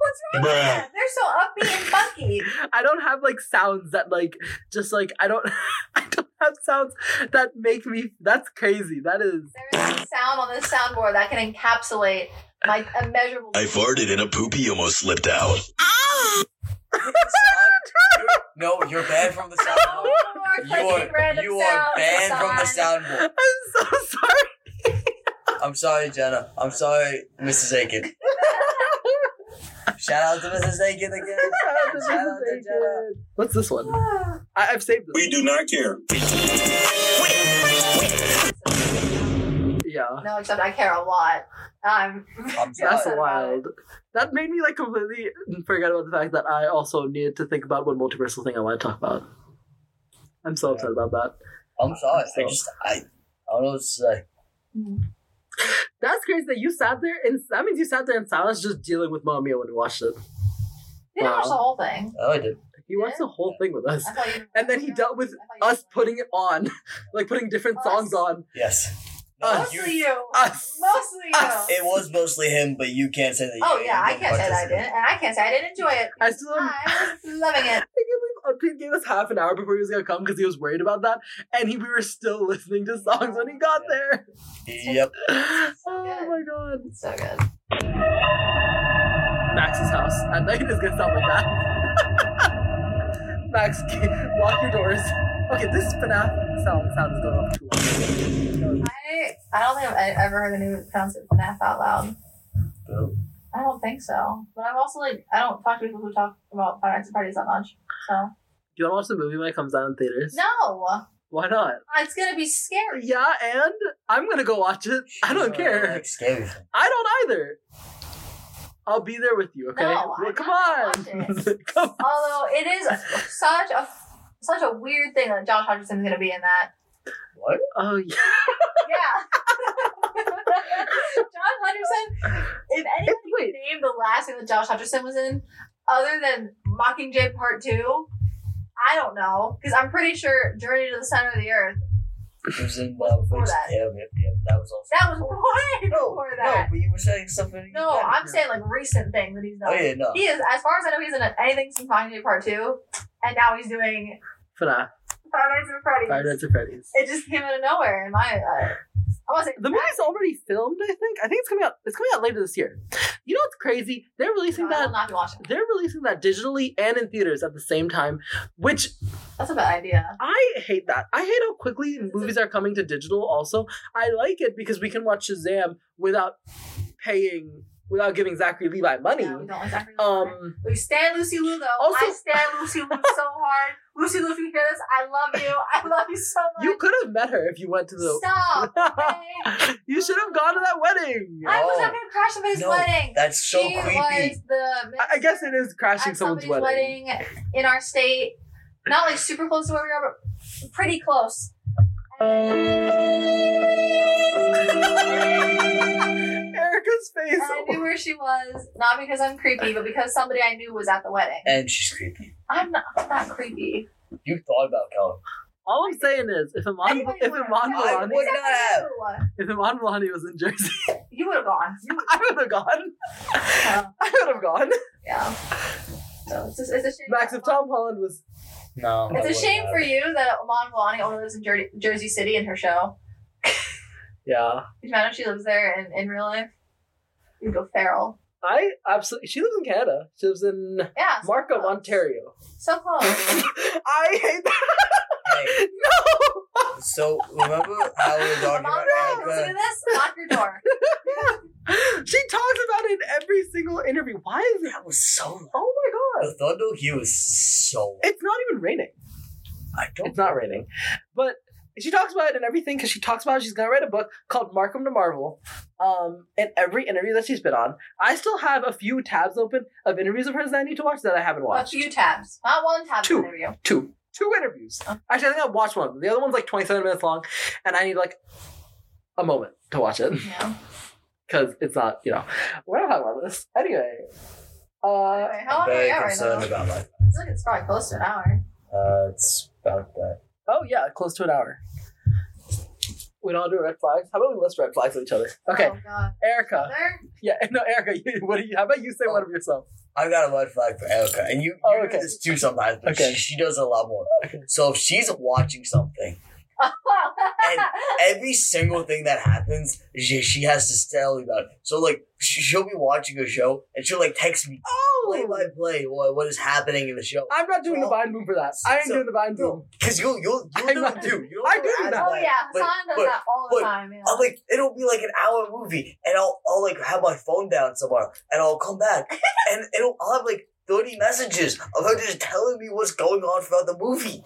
S4: What's wrong with
S1: Bruh.
S4: them? They're so upbeat and funky.
S2: I don't have like sounds that like just like I don't <laughs> I don't have sounds that make me that's crazy. That is
S4: There is a sound on this soundboard that can encapsulate my immeasurable.
S5: I farted and a poopy almost slipped out.
S3: no, you're banned from the
S4: No <laughs>
S3: soundboard.
S4: more
S3: You
S4: clicking
S3: are,
S4: random
S3: you are
S4: sounds
S3: banned from the
S4: aside.
S3: soundboard.
S2: I'm so <laughs> sorry.
S3: I'm sorry, Jenna. I'm sorry, Mrs. Aiken. Shout out to Mrs. Aiken again.
S4: <laughs>
S3: Shout out to Jenna.
S2: What's this one? I, I've saved this.
S1: do not care.
S2: Yeah.
S4: <sighs> No, except I care a lot. Um,
S3: I'm sorry.
S2: That's
S4: Yeah.
S2: wild. That made me like completely forget about the fact that I also needed to think about one multiversal thing I want to talk about. I'm so upset about that.
S3: I'm sorry. I just I, I don't know what to say.
S2: That's crazy that you sat there and that means you sat there in silence just dealing with Mamma Mia when we watched it.
S4: you didn't watch
S2: Wow.
S4: the whole thing.
S3: Oh, I did.
S2: He watched the whole thing with us.
S4: I thought you.
S2: And then he dealt with
S4: I
S2: <laughs>
S4: thought you-
S2: Us putting it on. <laughs> Like putting different
S4: Us.
S2: songs on.
S3: Yes.
S2: Us.
S4: Mostly you.
S2: Us.
S4: Mostly you.
S2: Us.
S3: It was mostly him, but you can't say that. You
S4: Oh yeah, I
S3: didn't
S4: can't say that I
S3: participate.
S4: didn't, and I can't say I didn't enjoy it.
S2: <laughs> I still am
S4: I was loving it.
S2: I can't believe Upbeat gave us half an hour before he was gonna come because he was worried about that, and he, we were still listening to songs when he got there.
S3: Yep.
S2: <laughs> Oh my god!
S4: It's so good.
S2: Max's house. At night is gonna sound like that. <laughs> Max, lock your doors. Okay, this FNAF sound sound is going off too loud.
S4: I I don't think I've ever heard anyone pronounce it FNAF out loud.
S3: Boo.
S4: I don't think so. But I'm also like I don't talk to people who talk about Five Nights at Freddy's that much. So
S2: Do you want to watch the movie when it comes out in theaters?
S4: no, Uh,
S2: Why not?
S4: it's gonna be scary.
S2: Yeah, and I'm gonna go watch it. I don't care.
S3: uh, Like scary. thing.
S2: I don't either. I'll be there with you. Okay.
S4: No,
S2: Well,
S4: I'm
S2: come
S4: not gonna
S2: on. <laughs>
S4: watch
S2: come on.
S4: Although it is such a such a weird thing that Josh Hutcherson's gonna be in that.
S3: What?
S2: Oh <laughs> yeah.
S4: Yeah. <laughs> Josh Hutcherson. If anyone
S2: Wait.
S4: can name the last thing that Josh Hutcherson was in, other than Mockingjay Part Two, I don't know because I'm pretty sure Journey to the Center of the Earth.
S3: It was in
S4: What's before
S3: Netflix.
S4: that?
S3: Yeah, yep, yep. That was also.
S4: That was way before
S3: No,
S4: that.
S3: but you were saying something.
S4: No,
S3: better.
S4: I'm saying like recent thing that he's done.
S3: Oh yeah, no.
S4: He is, as far as I know, he's in anything since Mockingjay Part Two, and now he's doing
S2: FNAF.
S4: Five Nights at Freddy's.
S2: Five Nights at Freddy's.
S4: It just came out of nowhere in my. Uh, I want to say
S2: The movie's already filmed, I think. I think it's coming out. It's coming out later this year. You know what's crazy? They're releasing
S4: No, I will
S2: that.
S4: not be watching.
S2: They're releasing that digitally and in theaters at the same time, which
S4: That's a bad idea.
S2: I hate. That I hate how quickly movies are coming to digital. Also, I like it because we can watch Shazam without paying, without giving Zachary Levi money.
S4: Yeah, we don't like Zachary Levi.
S2: Um,
S4: we stand Lucy Lou though.
S2: Also-
S4: I stand Lucy Lou so hard. Lucy Lou, if you hear this, I love you. I love you so much.
S2: you could have met her if you went to the.
S4: Stop. okay?
S2: <laughs> you should have gone to that wedding.
S4: I was
S3: No.
S4: not gonna crash somebody's
S3: No,
S4: wedding.
S3: That's so
S4: she
S3: creepy.
S4: was the.
S2: I, I guess it is crashing
S4: at
S2: someone's
S4: somebody's
S2: wedding.
S4: wedding. in our state. Not like super close to where we are, but
S2: <laughs>
S4: pretty close.
S2: Erica's face.
S4: And I knew where she was, not because I'm creepy, but because somebody I knew was at the wedding.
S3: And she's creepy.
S4: I'm not, I'm not creepy.
S3: You thought about Kellen.
S2: All I'm saying is, if Iman,
S4: Anybody
S2: if
S4: would've
S2: Iman
S4: gone.
S3: I would
S2: Vellani,
S3: would've- not have.
S2: if Iman Vellani was in Jersey, <laughs>
S4: You would have gone. You
S2: I would have gone.
S4: would've gone.
S2: I would have gone.
S4: yeah. So it's, just, it's a shame.
S2: Max,
S4: that
S2: if Tom Holland was,
S3: No. I wouldn't
S4: It's a shame
S3: have.
S4: for you that Amon Vellani only lives in Jer- Jersey City in her show.
S2: yeah,
S4: Could you imagine if she lives there in, in real life? You'd go feral.
S2: I absolutely. She lives in Canada. She lives in
S4: Yeah. so
S2: Markham,
S4: close.
S2: Ontario. <laughs>
S4: So close.
S2: I hate that. <laughs>
S3: Hey,
S2: No.
S3: so remember how we were talking
S4: Amon
S3: about
S4: Vellani, listen to
S3: Erica?
S4: this. Lock
S3: <laughs>
S4: your door.
S2: she talks about it in every single interview. Why is it?
S3: That was so.
S2: Oh my god!
S3: The thunder here was so.
S2: It's not even raining.
S3: I don't.
S2: It's not raining, but she talks about it and everything because she talks about she's gonna write a book called Markham to Marvel. Um, in every interview that she's been on, I still have a few tabs open of interviews of hers that I need to watch that I haven't
S4: A
S2: watched.
S4: few tabs. Not one tab
S2: Two.
S4: in the
S3: <laughs>
S4: interview.
S2: Two, two interviews.
S4: Oh.
S2: Actually, I think I've watched one. of them. The other one's like twenty seven minutes long, and I need like a moment to watch it <laughs>
S4: Yeah.
S2: because it's not you know we're not talking about this anyway. Uh,
S4: Anyway, how
S3: I'm
S4: long are we
S3: very
S4: at right now?
S3: concerned about my.
S4: I feel like it's probably close to an hour.
S3: Uh, it's about that.
S2: oh yeah, close to an hour. We don't do red flags. How about we list red flags with each other? Okay,
S4: Oh, God.
S3: Uh,
S2: Erica.
S4: There?
S2: Yeah, <laughs> no, Erica. You, what do you? How about you
S4: Oh.
S2: say one of yourself?
S3: I got a red flag for Erica, and you, you
S2: Oh, okay.
S3: do this too sometimes, but
S2: Okay.
S3: she, she does it a lot more.
S2: Okay.
S3: So if she's watching something, <laughs>
S4: Wow.
S3: And- every single thing that happens, she, she has to tell me about. It. So like, she, she'll be watching a show, and she'll like text me play by
S2: Oh,
S3: play what, what is happening in the show.
S2: I'm not doing the vine boom for that. I ain't
S3: So-
S2: doing the vine boom.
S3: No, because you'll you'll you'll
S2: I'm
S3: do
S2: not-
S3: it too. You
S2: I
S3: don't
S2: do
S3: ask
S2: that.
S4: oh,
S3: why.
S4: yeah.
S3: But-
S4: Hassan does
S3: but-
S4: that all the
S3: but-
S4: time. Yeah.
S3: I'm like, it'll be like an hour movie, and I'll I'll like have my phone down somewhere, and I'll come
S4: <laughs>
S3: back, and it'll I'll have like thirty messages of her just telling me what's going on throughout the movie.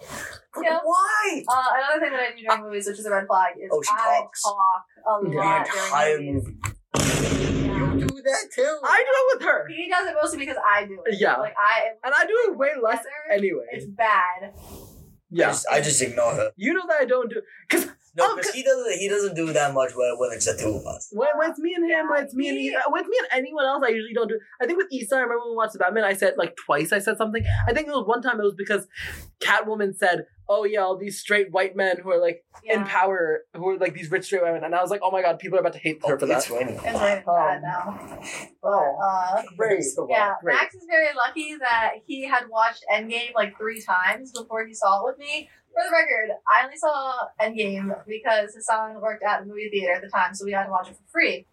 S3: Like,
S4: Yeah.
S3: Why?
S4: Uh, another thing that I do during movies, which is a red flag, is
S3: Oh, she
S4: I
S3: talks.
S4: talk a
S2: The
S4: lot
S3: the entire
S4: during movies.
S3: movie.
S4: Yeah.
S3: Do that too.
S2: I do it with her,
S4: He does it mostly because I do it.
S2: Yeah.
S4: Like I
S2: and I do it way less
S4: Together,
S2: anyway.
S4: It's
S3: I
S4: bad.
S2: Yeah,
S3: just, I just ignore her.
S2: you know that I don't do because
S3: No,
S2: Oh,
S3: because
S2: good.
S3: he doesn't. He doesn't do that much when, when it's the two of us.
S2: when, when it's me and him, when it's me and
S4: Yeah.
S2: Issa, when it's me and anyone else, I usually don't do. I think with Issa, I remember when we watched the Batman, I said like twice. I said something. I think it was one time. It was because Catwoman said. Oh yeah, all these straight white men who are like
S4: Yeah.
S2: in power, who are like these rich straight women, and I was like, oh my god, people are about to hate her for that.
S3: Oh, It's raining.
S4: It's really
S2: Um,
S4: bad now.
S3: oh.
S4: But, uh,
S2: <laughs> Great,
S4: yeah,
S2: great.
S4: Max is very lucky that he had watched Endgame like three times before he saw it with me. For the record, I only saw Endgame because Hassan worked at the movie theater at the time, so we had to watch it for free.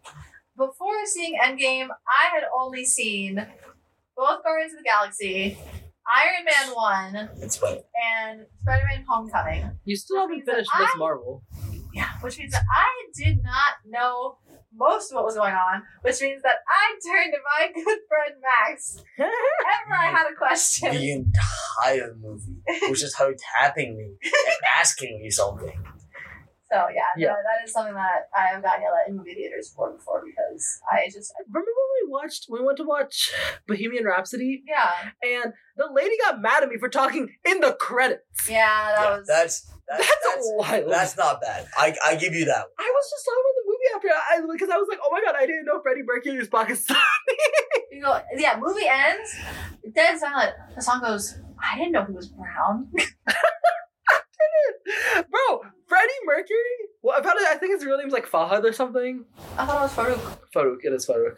S4: Before seeing Endgame, I had only seen both Guardians of the Galaxy, Iron Man 1,
S3: It's raining.
S4: and Spider Man Homecoming.
S2: You still haven't finished
S4: I-
S2: Miss <laughs> Marvel.
S4: Yeah, which means that I did not know most of what was going on, which means that I turned to my <laughs> good friend Max whenever I had a question.
S3: The entire movie was just her tapping
S4: <laughs>
S3: me and asking me something.
S4: So yeah,
S2: Yeah.
S4: No, that is something that I have gotten yelled at in movie theaters for before because I just
S2: remember when we watched we went to watch Bohemian Rhapsody
S4: yeah
S2: and the lady got mad at me for talking in the credits.
S4: yeah that
S3: Yeah,
S4: was
S3: that's that's
S2: That's,
S3: that's,
S2: wild.
S3: that's not bad. I I give you that.
S2: I was just talking about the movie after I because I was like, oh my god, I didn't know Freddie Mercury was Pakistan. <laughs>
S4: you go yeah movie ends dead silent the song goes I didn't know he was brown <laughs>
S2: Bro, Freddie Mercury? Well, apparently I think his real name's like Fahad or something.
S4: I thought it was Farouk
S2: Farouk, it is Farouk.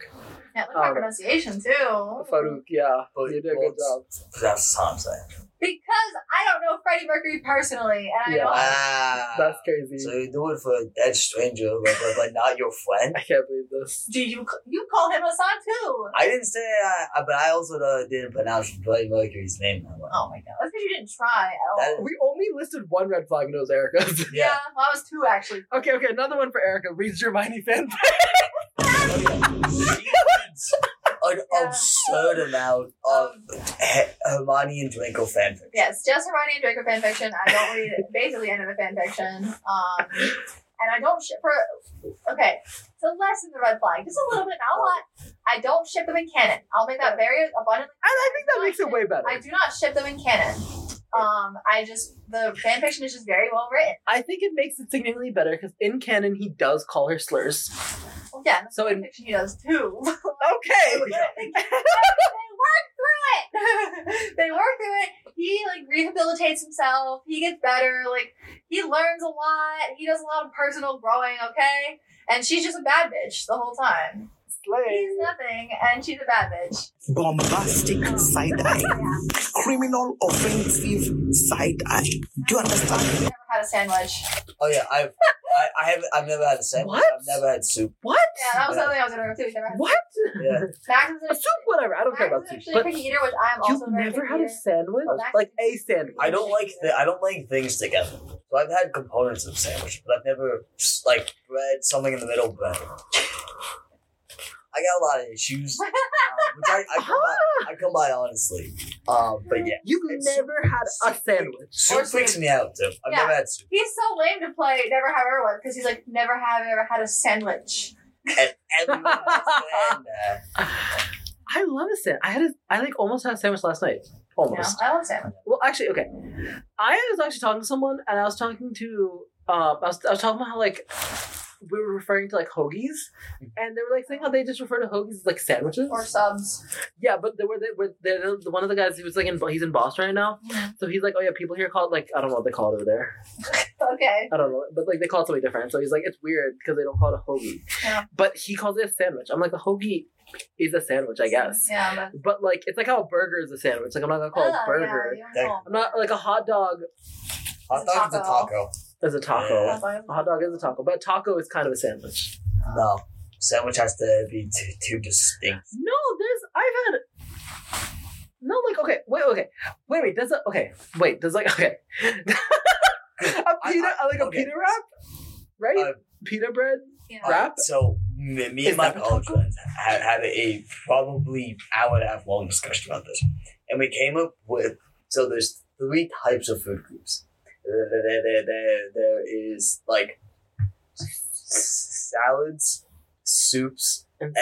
S4: yeah look at my
S2: Um,
S4: pronunciation too
S2: Farouk, yeah.
S3: But
S2: you did a good job.
S3: That's what I'm saying.
S4: because I don't know Freddie Mercury personally and I
S2: Yeah.
S4: don't Ah.
S3: Wow.
S2: That's crazy.
S3: Ah. so you do it for a dead stranger, but, but, but not your
S4: <laughs>
S3: friend.
S2: I can't believe this.
S4: Do you you call him Hassan too?
S3: I didn't say, I, I- but I also uh, didn't pronounce Freddie Mercury's name that well.
S4: Oh my god, that's because you didn't try at all.
S3: That is-
S2: We only listed one red flag and it was Erica's. <laughs>
S4: yeah. well, I was two actually.
S2: okay, okay, another one for Erica. Reads Hermione fan. <laughs>
S3: she reads an
S4: Yeah.
S3: absurd amount
S4: Um,
S3: of H- Hermione and Draco fanfic.
S4: Yes, just Hermione and Draco fanfiction. I don't read basically any of the fanfiction. Um, and I don't ship for. Okay, so less than the red flag, just a little bit, not a lot. I don't ship them in canon. I'll make that very
S2: And
S4: abundantly.
S2: I think that makes it way better.
S4: I do not ship them in canon. Um, I just the fanfiction is just very well written.
S2: I think it makes it significantly better because in canon he does call her slurs.
S4: Well, yeah,
S2: So
S4: so
S2: it-
S4: fanfiction he does too.
S2: Okay. <laughs>
S4: <laughs> they work through it. they work through it. He like rehabilitates himself. He gets better. Like he learns a lot. He does a lot of personal growing. Okay, and she's just a bad bitch the whole time.
S2: Slay.
S4: He's nothing, and she's a bad bitch.
S1: Bombastic side eye.
S4: Yeah.
S1: Criminal offensive side eye. Do you
S4: I've
S1: understand?
S4: never had a sandwich.
S3: Oh yeah, I've I, I have I've never had a sandwich.
S2: What?
S3: I've never had soup.
S2: What?
S4: Yeah, that was something I was gonna do. We've Never had.
S2: What? <laughs>
S3: Yeah.
S4: Max is
S2: A soup, whatever. I don't care about
S4: Max is
S2: soup.
S4: actually a
S2: But
S4: picky eater, which I am also
S2: you've
S4: a very
S2: never
S4: picky
S2: had a
S4: eater.
S2: sandwich?
S4: Well, that's-
S2: Like a sandwich.
S3: I don't like th- I don't like things together. So I've had components of sandwich, but I've never s- like bread something in the middle bread. I got a lot of issues, uh, which I, I come by. I come by honestly. Um, but yeah,
S2: You've
S3: It's-
S2: never had a
S3: soup-
S2: sandwich.
S3: soup freaks me out too. I've never
S4: Yeah.
S3: had soup,
S4: He's so lame to play Never Have Ever One because he's like, never have ever had a sandwich.
S3: and everyone understand that.
S2: <sighs> I love a sandwich. I had a, I like almost had a sandwich last night.
S4: You know,
S2: Almost.
S4: I love sandwiches.
S2: Well, actually, okay. I was actually talking to someone, and I was talking to, um, I was, I was talking about how like we were referring to like hoagies,
S3: Mm-hmm.
S2: and they were like saying how they just refer to hoagies as like sandwiches.
S4: Or subs.
S2: Yeah, but they were they were they're the one of the guys he was like in he's in Boston right now, so he's like, oh yeah, people here call it like I don't know what they call it over there.
S4: Okay.
S2: I don't know, but like they call it something different. So he's like, it's weird because they don't call it a hoagie,
S4: Yeah.
S2: but he calls it a sandwich. I'm like, a hoagie is a sandwich, I guess.
S4: Yeah, but.
S2: But like, it's like how a burger is a sandwich. Like I'm not gonna call it
S4: Ugh,
S2: a burger.
S4: Yeah,
S3: That-
S4: you're home.
S2: I'm not like a hot dog
S3: Hot dog's a taco.
S2: is a taco.
S3: Yeah.
S2: A hot dog is a taco, but a taco is kind of a sandwich.
S3: No, sandwich has to be too, too distinct.
S2: No, there's I've had no like okay wait okay wait wait does it okay wait does like okay <laughs> a pita
S3: I-
S2: like a
S3: okay.
S2: pita wrap right
S3: Uh,
S2: pita bread
S4: Yeah.
S3: All
S2: Wrap?
S3: right, so me, me
S2: Is
S3: and my
S2: that a
S3: college
S2: taco?
S3: friends had, had a probably hour and a half long discussion about this, and we came up with so there's three types of food groups. There, there, there, there- there is like s- salads, soups, and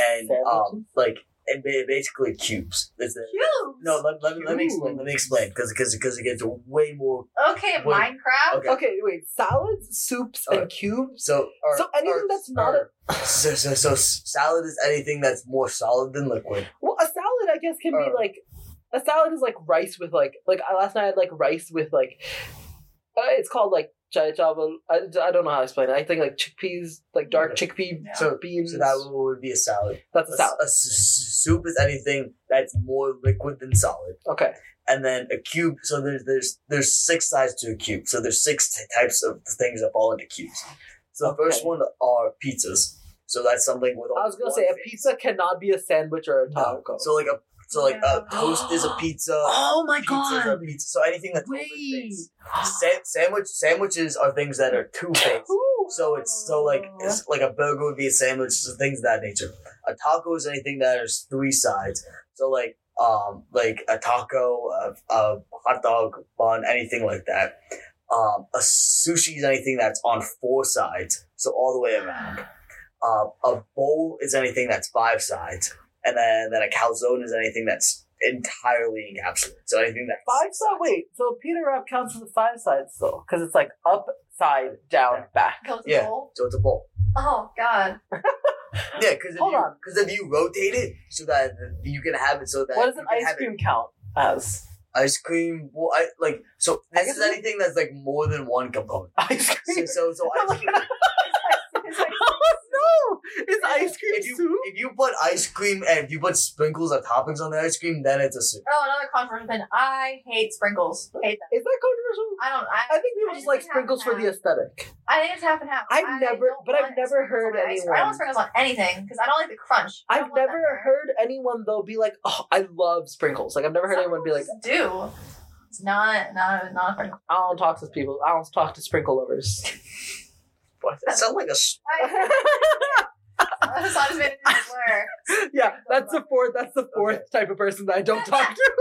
S3: um, like and ba- basically cubes. There's the,
S4: Cubes.
S3: no, let, let, me, let me explain. Let me explain because because it gets way more.
S4: Okay,
S3: Wait.
S4: Minecraft.
S3: Okay.
S2: okay wait salads soups
S3: Uh,
S2: and cubes
S3: So or-
S2: So anything
S3: or-
S2: that's not
S3: or- so, so so salad is anything that's more solid than liquid.
S2: well a salad I guess can be
S3: Uh,
S2: like a salad is like rice with like like I- last night I had like rice with like uh, it's called like chai chawal I, I don't know how to explain it I think like chickpeas like dark chickpea
S4: Yeah.
S3: So,
S2: beans
S3: so that would be a salad.
S2: that's
S3: A,
S2: a
S3: s-
S2: salad
S3: a s- s- soup is anything that's more liquid than solid.
S2: okay
S3: And then a cube. So there's there's there's six sides to a cube. So there's six t- types of things that fall into cubes. So the first
S2: Okay.
S3: one are pizzas. So that's something with.
S2: I was gonna say a pizza cannot be a sandwich or a taco.
S3: Uh, So like a so like a toast is a
S2: <gasps>
S3: pizza.
S2: oh my
S3: Pizza's a pizza. So anything that's open face. Sa- sandwich sandwiches are things that are two faced. So it's so like it's like a burger would be a sandwich, so things of that nature. A taco is anything that has three sides. So like um like a taco, a, a hot dog bun, anything like that. Um, a sushi is anything that's on four sides, so all the way around. Um, a bowl is anything that's five sides, and then then a calzone is anything that's entirely encapsulated. So anything that
S2: Five side. Wait, so Peter wrap counts as the five sides though, because it's like up, side, down, back.
S4: Goes
S3: Yeah.
S4: bowl.
S3: so it's a bowl.
S4: Oh, God.
S3: Yeah, because
S2: Hold on.
S3: because if you rotate it so that you can have it so that
S2: What does
S3: you
S2: an
S3: can
S2: ice
S3: have it-
S2: cream count as? <laughs>
S3: ice cream. Well, I like so
S2: I
S3: this is
S2: guess-
S3: anything that's like more than one component.
S2: Ice
S3: So
S2: cream.
S3: so,
S2: <laughs>
S3: so ice cream.
S4: It's like-
S2: oh no! Is ice cream
S3: If you
S2: soup?
S3: if you put ice cream and if you put sprinkles or toppings on the ice cream, then it's a soup. <laughs>
S4: oh, another controversial thing. I hate sprinkles. Hate them.
S2: Is that controversial?
S4: I don't.
S2: I
S4: I,
S2: think people
S4: I
S2: just
S4: just
S2: like
S4: think half
S2: sprinkles for
S4: and
S2: the aesthetic.
S4: I think it's half and half.
S2: I've
S4: I
S2: never-
S4: don't
S2: but I've
S4: want
S2: never
S4: sprinkles
S2: heard
S4: on my ice cream. I
S2: anyone-
S4: don't want sprinkles on anything because I don't like the crunch. I
S2: I've
S4: don't want that
S2: never
S4: there.
S2: heard anyone though be like, "Oh, I love sprinkles." Like I've never heard
S4: Some
S2: anyone be like,
S4: people just "Do." It's not not not a
S2: <laughs>
S4: sprinkle.
S2: "I don't talk to people. I don't talk to sprinkle
S4: <laughs>
S2: lovers."
S3: What? That sounds like a. s-
S4: I, I just made it blur.
S2: yeah, that's the fourth. That's the fourth type of person that I don't talk
S4: <laughs>
S2: to.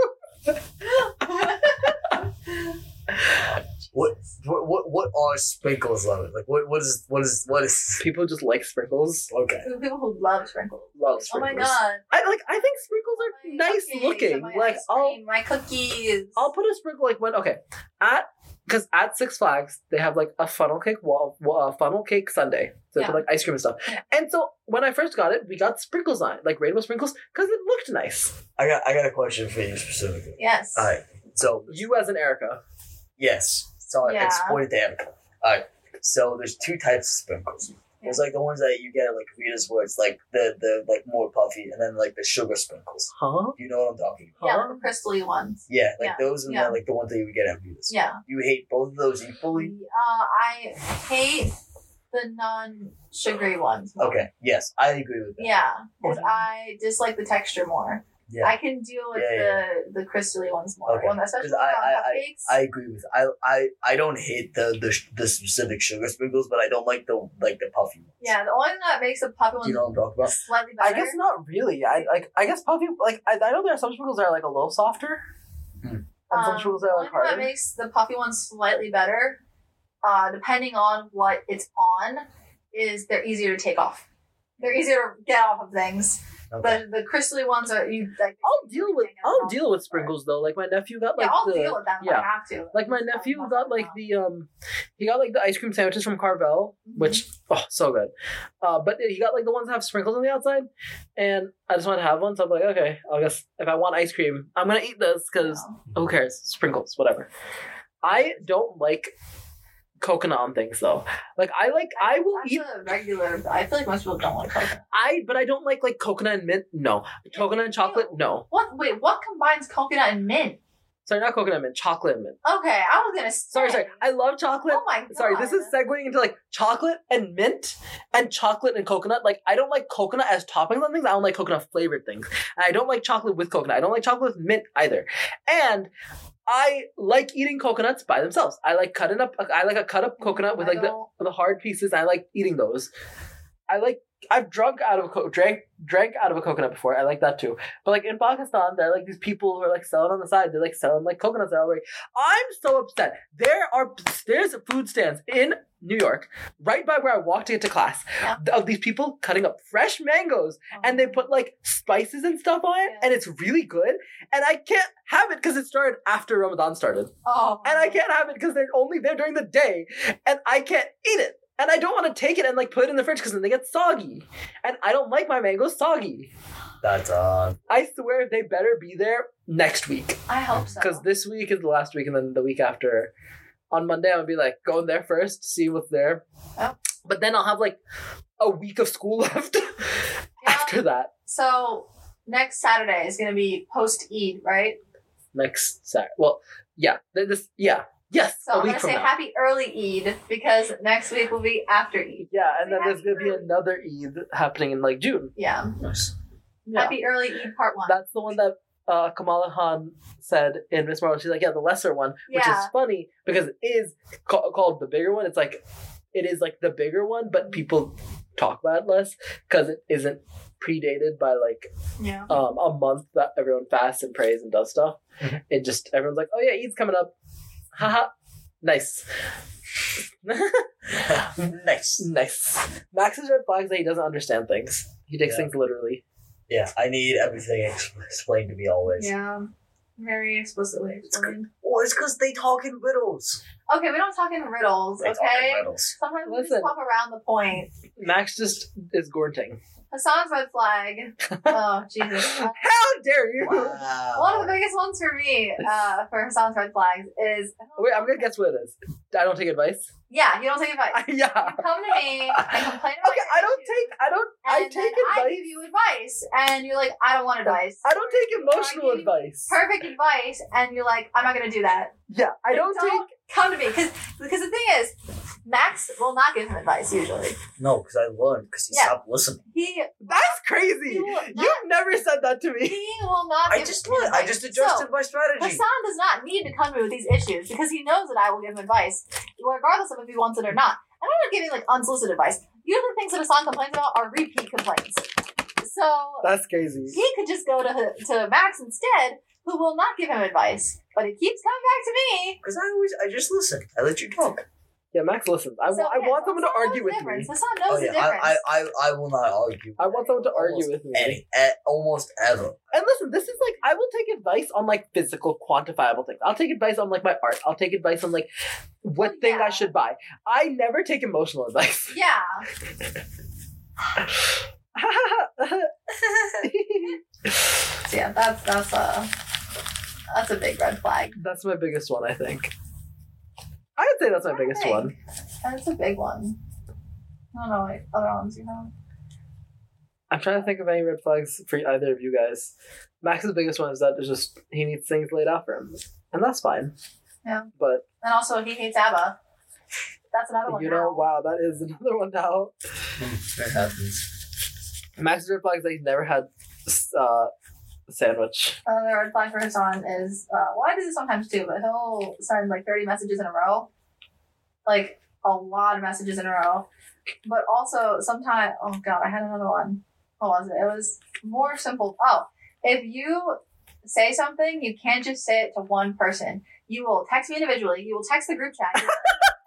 S3: What what what, what are sprinkles, love? Like what what is what is what is
S2: People just like sprinkles.
S3: okay?
S4: Ooh, People who love sprinkles.
S2: Love
S4: Oh my
S2: sprinkles.
S4: god. Oh
S2: I like. I think sprinkles
S3: <laughs>
S2: are
S4: My
S2: nice
S4: cupcakes and
S2: looking.
S4: my
S2: Like
S4: ice
S2: I'll
S4: cream, my cookies.
S2: I'll put a sprinkle like when okay at because at Six Flags they have like a funnel cake wall, wall uh, funnel cake Sunday. So they
S4: Yeah.
S2: put like ice cream and stuff.
S4: Yeah.
S2: And so when I first got it, we got sprinkles on it, like rainbow sprinkles, because it looked nice.
S3: I got I got a question for you specifically.
S4: Yes.
S3: All right, So
S2: You as an Erica.
S3: yes, so I
S4: Yeah.
S3: exploited the animal. All right. So there's two types of sprinkles. There's like the ones that you get at like Rita's, where it's like the the like more puffy, and then like the sugar sprinkles.
S2: Huh?
S3: You know what I'm talking about?
S4: Yeah, like the crystally ones.
S3: Yeah, like those and
S4: yeah.
S3: then like the ones that you would get at Rita's.
S4: Yeah.
S3: You hate both of those
S4: Uh,
S3: equally.
S4: I hate the non-sugary ones. more.
S3: Okay. Yes, I agree with that.
S4: Yeah, because I dislike the texture more.
S3: Yeah.
S4: I can deal with
S3: Yeah, yeah.
S4: the the crystally ones more.
S3: Okay.
S4: One that's especially
S3: 'Cause I-
S4: on
S3: I-
S4: cupcakes.
S3: I agree with I I I don't hate the the, sh- the specific sugar sprinkles, but I don't like the like the puffy ones.
S4: yeah, the one that makes the puppy
S3: Do
S4: one
S3: you know what I'm talking about?
S4: slightly
S2: I
S4: better.
S2: guess not really. I like. I guess puffy. Like I, I know there are some sprinkles that are like a little softer,
S3: Hmm.
S2: and some
S4: Um,
S2: sprinkles
S4: the
S2: that are
S4: one
S2: like
S4: that
S2: harder.
S4: makes the puffy one slightly better, uh, depending on what it's on, is they're easier to take off. They're easier to get off of things,
S3: Okay.
S4: but the crystally ones are you. Like,
S2: I'll deal with. I'll deal with sprinkles though. Like my nephew got
S4: Yeah,
S2: like
S4: I'll
S2: the.
S4: deal with them if
S2: yeah.
S4: I have to.
S2: Like my nephew got like the um, he got like the ice cream sandwiches from Carvel, which oh so good, uh. But he got like the ones that have sprinkles on the outside, and I just want to have one. So I'm like, okay, I guess if I want ice cream, I'm gonna eat this because who cares? Sprinkles, whatever. I don't like coconut on things though. Like I like I will
S4: That's
S2: eat
S4: a regular. I feel like most people don't like coconut.
S2: I but I don't like like coconut and mint. No, coconut and chocolate. No,
S4: What? Wait, what combines coconut and mint?
S2: sorry, not coconut and mint. Chocolate and mint.
S4: Okay, I was gonna. Say,
S2: Sorry, sorry. I love chocolate.
S4: oh my
S2: <laughs>
S4: god.
S2: Sorry, this is segueing into like chocolate and mint and chocolate and coconut. Like I don't like coconut as toppings on things. I don't like coconut flavored things. And I don't like chocolate with coconut. I don't like chocolate with mint either. And I like eating coconuts by themselves. I like cutting up. I like a cut up coconut with like the
S4: Metal.
S2: the hard pieces. I like eating those. I like I've drunk out of a co- drank drank out of a coconut before. I like that too. But like in Pakistan, there are like these people who are like selling on the side. They're like selling like coconuts. They're already. I'm so upset. There are there's food stands in New York, right by where I walked to get to class,
S4: Yeah.
S2: of these people cutting up fresh mangoes and they put like spices and stuff on it,
S4: Yeah.
S2: and it's really good. And I can't have it because it started after Ramadan started
S4: Oh,
S2: and I can't have it because they're only there during the day, and I can't eat it. And I don't want to take it and like put it in the fridge because then they get soggy, and I don't like my mangoes soggy.
S3: That's uh, on.
S2: I swear they better be there next week
S4: I
S2: <laughs>
S4: hope so.
S2: because this week is the last week, and then the week after, on Monday I'll be like going there first, see what's there.
S4: Oh.
S2: But then I'll have like a week of school <laughs> left
S4: Yeah.
S2: after that
S4: So next Saturday is gonna be post Eid, right?
S2: next Saturday. Well, yeah, th- this yeah yes
S4: So
S2: a
S4: I'm
S2: week
S4: gonna
S2: from
S4: say
S2: now.
S4: happy early Eid because next week will be after Eid.
S2: yeah, and then
S4: Happy
S2: there's gonna be
S4: early.
S2: another Eid happening in like June.
S4: Yeah.
S3: Nice.
S2: Yeah.
S4: Happy early Eid part one.
S2: That's the one that uh, Kamala Khan said in Miss Marvel. She's like, yeah, the lesser one, which is
S4: Yeah.
S2: funny because it is ca- called the bigger one. It's like it is like the bigger one,
S4: Mm-hmm.
S2: but people talk about it less because it isn't predated by like
S4: yeah.
S2: um, a month that everyone fasts and prays and does stuff.
S3: Mhm.
S2: It just everyone's like, oh yeah, Eid's coming up, haha, nice.
S4: Mm.
S3: nice.
S2: Nice. Max's red flags that he doesn't understand things. He takes
S3: Yeah.
S2: things literally.
S3: Yeah, I need everything ex- explained to me always.
S4: Yeah. Very explicitly explained.
S3: Well, it's because they talk in riddles.
S4: Okay, we don't talk in riddles,
S3: They talk
S4: okay?
S3: in riddles.
S4: Sometimes we
S2: Listen.
S4: just talk around the point.
S2: Max just is
S4: <laughs>
S2: gorting.
S4: Hassan's red
S2: <laughs>
S4: flag. oh Jesus. Uh,
S2: How dare you!
S3: Wow.
S4: one of the biggest ones for me, uh, for Hassan's red flags is
S2: Wait, I'm gonna guess what it is. I don't take advice. <laughs>
S4: Yeah, you don't take advice.
S2: yeah. Okay,
S4: Come to me and complain about your
S2: I don't
S4: issues.
S2: take. I don't. I
S4: and
S2: take
S4: then I give
S2: advice.
S4: you advice, and you're like, I don't want advice.
S2: I don't take
S4: Or I
S2: emotional
S4: give you
S2: advice.
S4: Perfect advice, and you're like, I'm not gonna do that.
S2: Yeah, I don't,
S4: Don't come to me, because because the thing is, Max will not give him advice usually.
S3: No, because I learned because he
S4: Yeah.
S3: stopped listening.
S4: He
S2: take. That's crazy.
S4: he will not,
S2: You've never said that to me. <laughs>
S4: he will not.
S3: I
S4: give
S3: just
S4: him
S3: learned. I
S4: advice.
S3: just adjusted
S4: So,
S3: my strategy.
S4: Hassan does not need to come to me with these issues because he knows that I will give him advice, regardless of if he wants it or not. And I'm not giving like unsolicited advice. Usually, things that Hassan complains about are repeat complaints. So
S2: That's crazy.
S4: he could just go to to Max instead, who will not give him advice. But he keeps coming back to me.
S3: Because I always, I just listen. I let you talk.
S2: Yeah, Max listens. I,
S4: So,
S2: wa- I
S4: yeah,
S2: want someone to
S4: Hassan knows
S2: argue
S4: the
S2: with me.
S4: difference. Hassan knows
S3: oh
S4: the
S3: yeah,
S4: difference.
S3: I, I, I, I will not argue.
S2: I want someone to argue
S3: Almost
S2: with me.
S3: Any, at, almost ever.
S2: And listen, this is like I will take advice on like physical, quantifiable things. I'll take advice on like my art. I'll take advice on like what
S4: Well,
S2: thing
S4: yeah.
S2: I should buy. I never take emotional advice. <laughs>
S4: yeah. So, yeah, that's that's uh, That's a big red flag.
S2: That's my biggest one, I think. I would say that's my biggest
S4: Right.
S2: one.
S4: That's a big one. I don't know what other ones you have.
S2: I'm trying to think of any red flags for either of you guys. Max's biggest one is that it's just he needs things laid out for him, and that's fine.
S4: Yeah.
S2: But
S4: And also, he hates ABBA. That's another one.
S2: you
S4: now.
S2: know, wow, that is <laughs> another one now.
S3: That happens.
S2: Max's red flag is that he's never had uh, sandwich.
S4: Another red flag for Hassan is uh, well, I do this sometimes too, but he'll send like 30 messages in a row, like a lot of messages in a row. But also, sometimes, oh god, I had another one. What was it? It was more simple. Oh, if you say something, you can't just say it to one person. You will text me individually, you will text the group chat, you <laughs> will-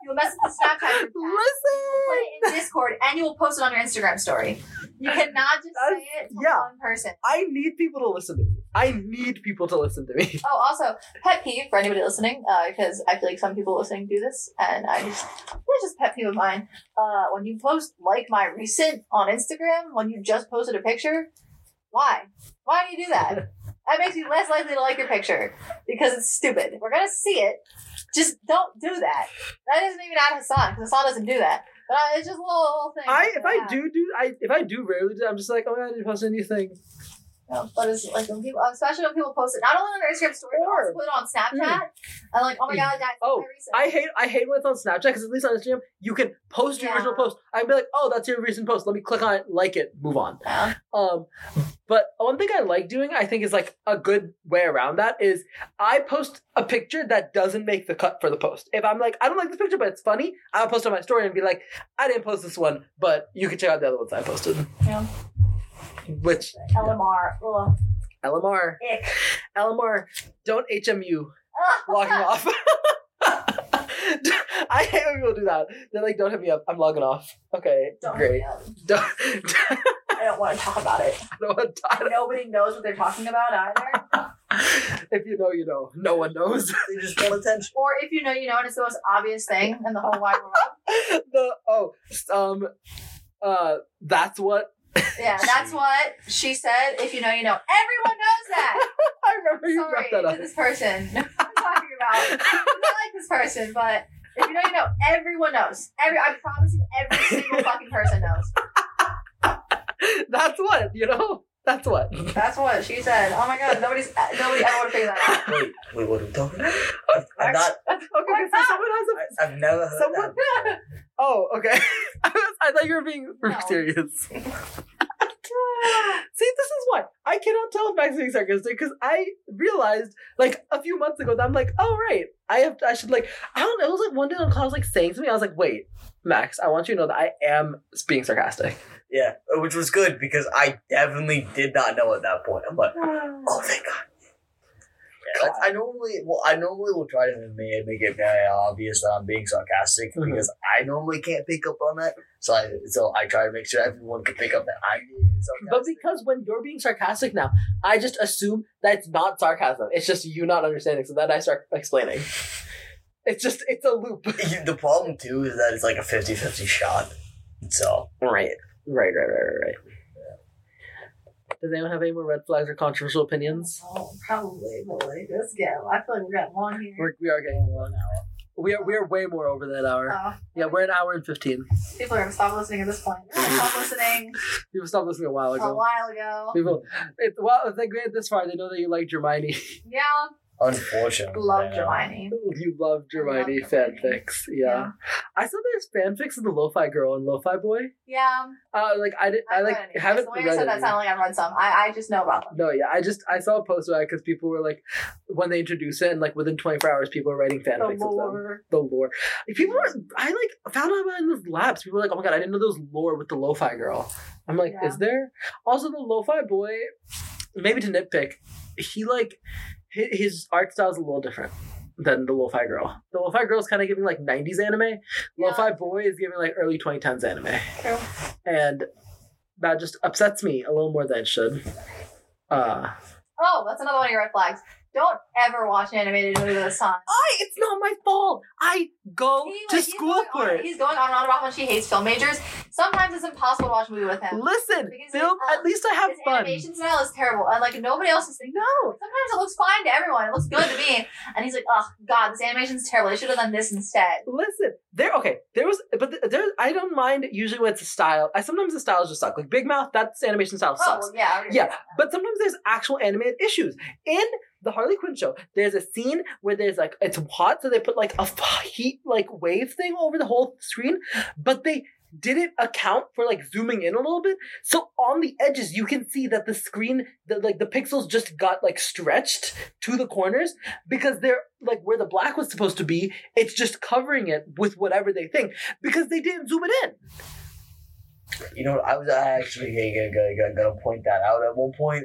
S4: you will message the Snapchat group chat. Put
S2: Listen,
S4: it in Discord and you will post it on your Instagram story. You cannot just say it to
S2: Yeah.
S4: one person.
S2: I need people to listen to me. I need people to listen to
S4: <laughs>
S2: me.
S4: Oh, also pet peeve for anybody listening, because I feel like some people listening do this, and I just it's just a pet peeve of mine. Uh, when you post like my recent on Instagram, when you just posted a picture, why? Why do you do that? That makes you less likely to like your picture because it's stupid. We're gonna see it. Just don't do that. That isn't even at Hassan because Hassan doesn't do that. But uh, it's just a little, little thing.
S2: I if I
S4: Yeah.
S2: do do I if I do rarely do, that, I'm just like, oh my god, I didn't post anything.
S4: No, but it's like when people, especially when people post it, not only on their Instagram story,
S2: Or-
S4: but also put it on Snapchat. I'm like, oh my god, guys,
S2: Mm-hmm. Oh,
S4: my recent.
S2: I hate I hate when it's on Snapchat because at least on Instagram you can post your
S4: Yeah.
S2: original post. I can be like, oh, that's your recent post. Let me click on it, like it, move on.
S4: Yeah.
S2: Um, but one thing I like doing, I think, is like a good way around that is I post a picture that doesn't make the cut for the post. If I'm like, I don't like this picture, but it's funny, I'll post it on my story and be like, I didn't post this one, but you can check out the other ones I posted.
S4: Yeah.
S2: Which
S4: LMR. Ugh.
S2: LMR,
S4: Ick.
S2: <laughs> LMR, don't HMU
S4: Ugh. <laughs>
S2: logging off. <laughs> I hate when people do that. They're like, "Don't hit me up. I'm logging off." Okay,
S4: Don't
S2: great. <laughs>
S4: hurry up.
S2: Don't,
S4: I don't want to talk
S2: <laughs>
S4: about it.
S2: I don't want to talk.
S4: Nobody knows what they're talking about either.
S2: If you know, you know. No one knows.
S3: They just want attention.
S4: Or if you know, you know, and it's the most obvious thing in the whole wide world.
S2: the oh, um, uh, that's what
S4: Yeah, that's what she said. If you know, you know. Everyone knows that.
S2: I remember. <laughs> You
S4: Sorry
S2: brought that
S4: to
S2: up.
S4: this person. <laughs> I'm talking about. I like this person, but if you know, you know. Everyone knows. Every I promise you, every single fucking person knows.
S2: <laughs> That's what you know. That's what.
S4: That's what she said. Oh my god, nobody's nobody ever would figure that out.
S3: Wait, wait, what are we talking about? I've,
S4: <laughs>
S3: I've not.
S2: Okay,
S4: What's
S2: so
S4: up?
S2: someone has a.
S3: I, I've never heard
S2: Someone-
S3: that.
S2: Oh, okay. <laughs> I, was, I thought you were being
S4: No.
S2: serious. See, this is why I cannot tell if Max is being sarcastic because I realized like a few months ago that I'm like, oh right, I have I should like I don't know. It was like one day on call, I was like saying something. I was like, wait, Max, I want you to know that I am being sarcastic.
S3: Yeah, which was good because I definitely did not know at that point. I'm like,
S2: <laughs>
S3: oh thank God. Yeah, that's- I normally well, I normally will try to ma- make it very obvious that I'm being sarcastic
S2: Mhm.
S3: because I normally can't pick up on that. So I so I try to make sure everyone can pick up that I'm being
S2: But
S3: sarcastic.
S2: because when you're being sarcastic now, I just assume that's not sarcasm. It's just you not understanding. So then I start explaining. It's just it's a
S3: <laughs>
S2: loop.
S3: the problem too is that it's like a 50-50 shot. So
S2: Right. Right, right, right, right, right. Does anyone have any more red flags or controversial opinions?
S4: Oh, probably, but like let's get. I feel like we got long here.
S2: We're, we are getting one hour. We are we are way more over that hour.
S4: Oh,
S2: yeah, we're an hour and fifteen.
S4: people are gonna stop listening at this point. They're gonna stop
S2: <laughs>
S4: listening
S2: People stopped listening a while
S4: a
S2: ago.
S4: while ago.
S2: People, it, well, if they made it this far, they know that you like Germani.
S4: Yeah,
S3: unfortunately.
S4: love
S3: you know.
S4: Hermione.
S2: <laughs> you love Germani
S4: Germani.
S2: fanfics. Yeah.
S4: Yeah.
S2: I saw there's fanfics of the Lo-Fi Girl and Lo-Fi Boy.
S4: Yeah,
S2: Uh, like I did, I,
S4: I've
S2: like
S4: read any.
S2: haven't
S4: the way
S2: read
S4: I said
S2: it.
S4: that sounded like I've read some. I, I just know about them.
S2: No, yeah, I just I saw a post about it because people were like, when they introduce it, and like within 24 hours, people are writing fanfics of them. The lore, Like, people were. I like found out about it in those labs. People were like, oh my god, I didn't know there was lore with the lo-fi girl. I'm like,
S4: Yeah.
S2: is there? Also, the lo-fi boy, maybe to nitpick, he like hi- his art style is a little different. Than the lo-fi girl. The lo-fi girl is kind of giving like '90s anime. Lo-fi boy is giving like early 2010s anime,
S4: True.
S2: and that just upsets me a little more than it should. Uh,
S4: Oh, that's another one of your red flags. Don't ever watch an animated movie with a son.
S2: I. It's not my fault. I go
S4: He-
S2: to
S4: like, he's
S2: school
S4: going
S2: for
S4: on-
S2: it.
S4: He's going on and on about when she hates film majors. Sometimes it's impossible to watch a movie with him.
S2: Listen,
S4: Because,
S2: film.
S4: uh,
S2: at least I have
S4: His
S2: fun.
S4: animation style is terrible, and like nobody else is thinking.
S2: No,
S4: Sometimes it looks fine to everyone. It looks good to me,
S2: <laughs>
S4: and he's like, "Oh God, this animation's terrible. They should have done this instead."
S2: Listen, there. Okay, there was, but th- there. I don't mind usually when it's a style. I sometimes the styles just suck. Like Big Mouth, that's animation style
S4: Oh
S2: sucks.
S4: well, yeah, I already
S2: Yeah,
S4: did that.
S2: but sometimes there's actual animated issues in the Harley Quinn show. There's a scene where there's like it's hot, so they put like a <laughs> f- heat like wave thing over the whole screen, but they didn't account for like zooming in a little bit. So on the edges, you can see that the screen, the, like the pixels, just got like stretched to the corners because they're like where the black was supposed to be. It's just covering it with whatever they think because they didn't zoom it in.
S3: You know, what, I was I actually gonna, gonna, gonna, gonna point that out at one <laughs> point.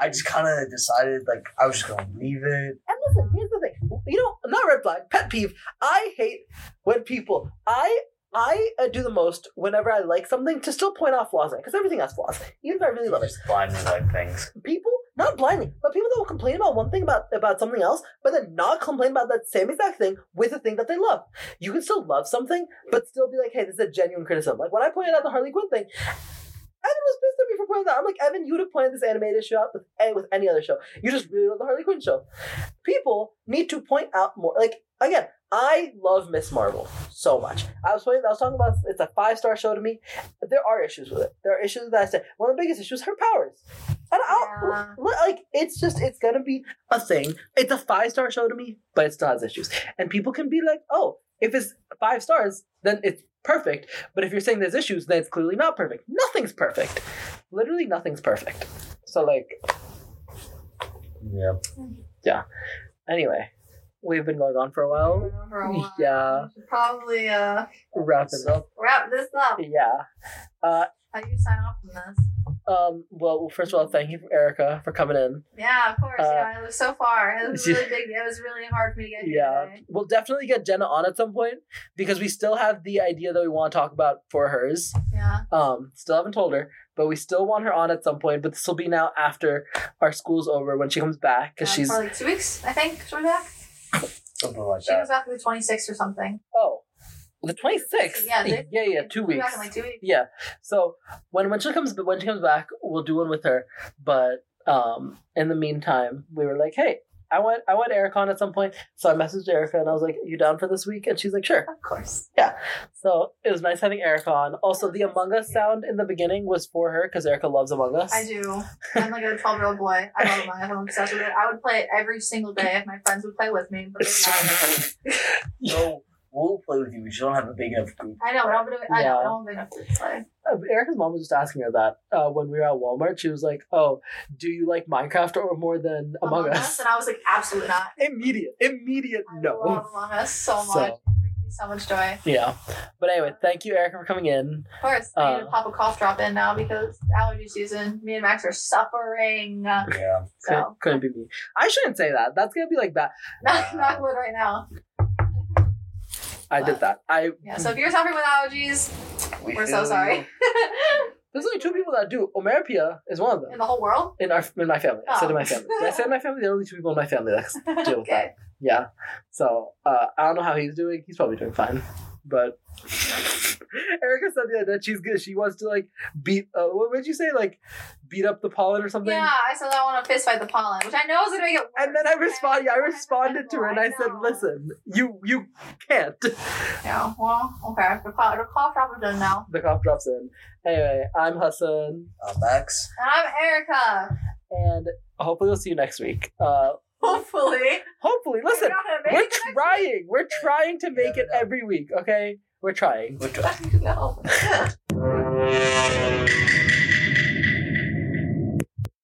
S3: I just kind of decided like I was just gonna leave it.
S2: And listen, here's the thing. You know, not red flag, pet peeve. I hate when people. I I uh, do the most whenever I like something to still point out flaws in it because everything has flaws, even if I really love it.
S3: Just blindly like things.
S2: People not blindly, but people that will complain about one thing about about something else, but then not complain about that same exact thing with the thing that they love. You can still love something, but still be like, hey, this is a genuine criticism. Like when I pointed out the Harley Quinn thing. Evan was pissed at me for pointing that. out. I'm like, Evan, you would have pointed this animated show out with, eh, with any other show. You just really love the Harley Quinn show people need to point out more. Like again, I love Miss Marvel so much. I was pointing, I was talking about it's a five star show to me. There are issues with it. There are issues that I said. One of the biggest issues is her powers. And
S4: Yeah.
S2: I'll, li- like it's just it's gonna be a thing. It's a five star show to me, but it still has issues. And people can be like, oh, if it's five stars, then it's perfect. But if you're saying there's issues, then it's clearly not perfect. Nothing's perfect. Literally nothing's perfect. So like
S3: Yeah.
S2: anyway, we've been going on for a while. <laughs>
S4: For a while.
S2: Yeah.
S4: We should Probably uh,
S2: wrap it up.
S4: wrap this up.
S2: Yeah. Uh,
S4: How do you sign off from this?
S2: um, well, first of all, thank you, Erica, for coming in.
S4: Yeah, of course.
S2: Uh,
S4: you know, I was so far. It was
S2: yeah. <laughs>
S4: really big. It was really hard for me to get here.
S2: Yeah.
S4: today.
S2: We'll definitely get Jenna on at some point because we still have the idea that we want to talk about for hers.
S4: Yeah.
S2: Um, still haven't told her, but we still want her on at some point. But this will be now after our school's over when she comes back because
S4: Uh,
S2: she's.
S4: for like two weeks, I think. She'll be back.
S3: Something like
S4: She
S3: that.
S4: goes back to the twenty sixth or something.
S2: Oh, the 26th. yeah,
S4: Yeah, they-
S2: yeah, two
S4: She'll be
S2: weeks.
S4: Back in like two weeks.
S2: Yeah. So when when she comes when she comes back, we'll do one with her. But um in the meantime, we were like, hey, I want I want Erica on at some point. So I messaged Erica and I was like, you down for this week? And she's like, sure.
S4: Of course.
S2: So it was nice having Erica on. Also, the Among Us sound in the beginning was for her because Erica loves Among Us. <laughs>
S4: I do. I'm like a 12 year old boy. I love my I'm obsessed with it. I would play it every single day if my friends would play with me. But they
S3: So
S2: <laughs>
S4: won't.
S3: we'll play with you. We just don't have a big enough group.
S4: I know. I don't, I
S2: Yeah.
S4: know. I don't think I could play.
S2: Uh, Erica's mom was just asking her that uh, when we were at Walmart. She was like, "Oh, do you like Minecraft or more than Among, Us?"
S4: And I was like, absolutely not.
S2: <laughs> Immediate, immediate
S4: I
S2: no.
S4: love Among Us so much.
S2: So-
S4: It brings me so much joy.
S2: <laughs> Yeah, but anyway, thank you, Erica, for coming in.
S4: Of course, I need to
S2: Uh.
S4: pop a cough drop in now because allergy season. Me and Max are suffering.
S3: Yeah.
S2: Couldn't,
S4: So <laughs>
S2: couldn't be me. I shouldn't say that. That's gonna be like that.
S4: not not good right now.
S2: I did that. I
S4: Yeah. So if you're suffering with allergies,
S3: We
S4: we're
S3: feel
S4: so
S3: you.
S4: sorry. <laughs>
S2: there's only two people that do. Omeropia is one of
S4: in
S2: them.
S4: the whole world. <laughs>
S2: In our in my family, I said in my
S4: Oh.
S2: family. Did I said in my family. There are only two people in my family that deal with that.
S4: Okay.
S2: Yeah. So uh, I don't know how he's doing. He's probably doing fine. But <laughs> Erica said the other that she's good. She wants to like beat. Uh, what would you say? Like beat up the pollen or something.
S4: Yeah, I said I want to fist fight the pollen, which I know is gonna make it. Worse.
S2: And then I
S4: okay?
S2: respond. Yeah, I
S4: It's
S2: responded to her, and I said,
S4: hypothetical, know.
S2: "Listen, you you can't."
S4: Yeah. Well, okay. The cough, the cough drop is done now,
S2: The cough drops in. Anyway, I'm Hassan.
S3: Uh, Max.
S4: and I'm Erica.
S2: and hopefully we'll see you next week. Uh,
S4: Hopefully,
S2: hopefully,
S4: We're
S2: listen,
S4: not gonna make
S2: we're
S4: it next
S2: trying. We're trying to make
S3: Yeah,
S2: it
S3: no.
S4: <laughs>
S2: every week. Okay, we're trying.
S3: Which
S4: week. No.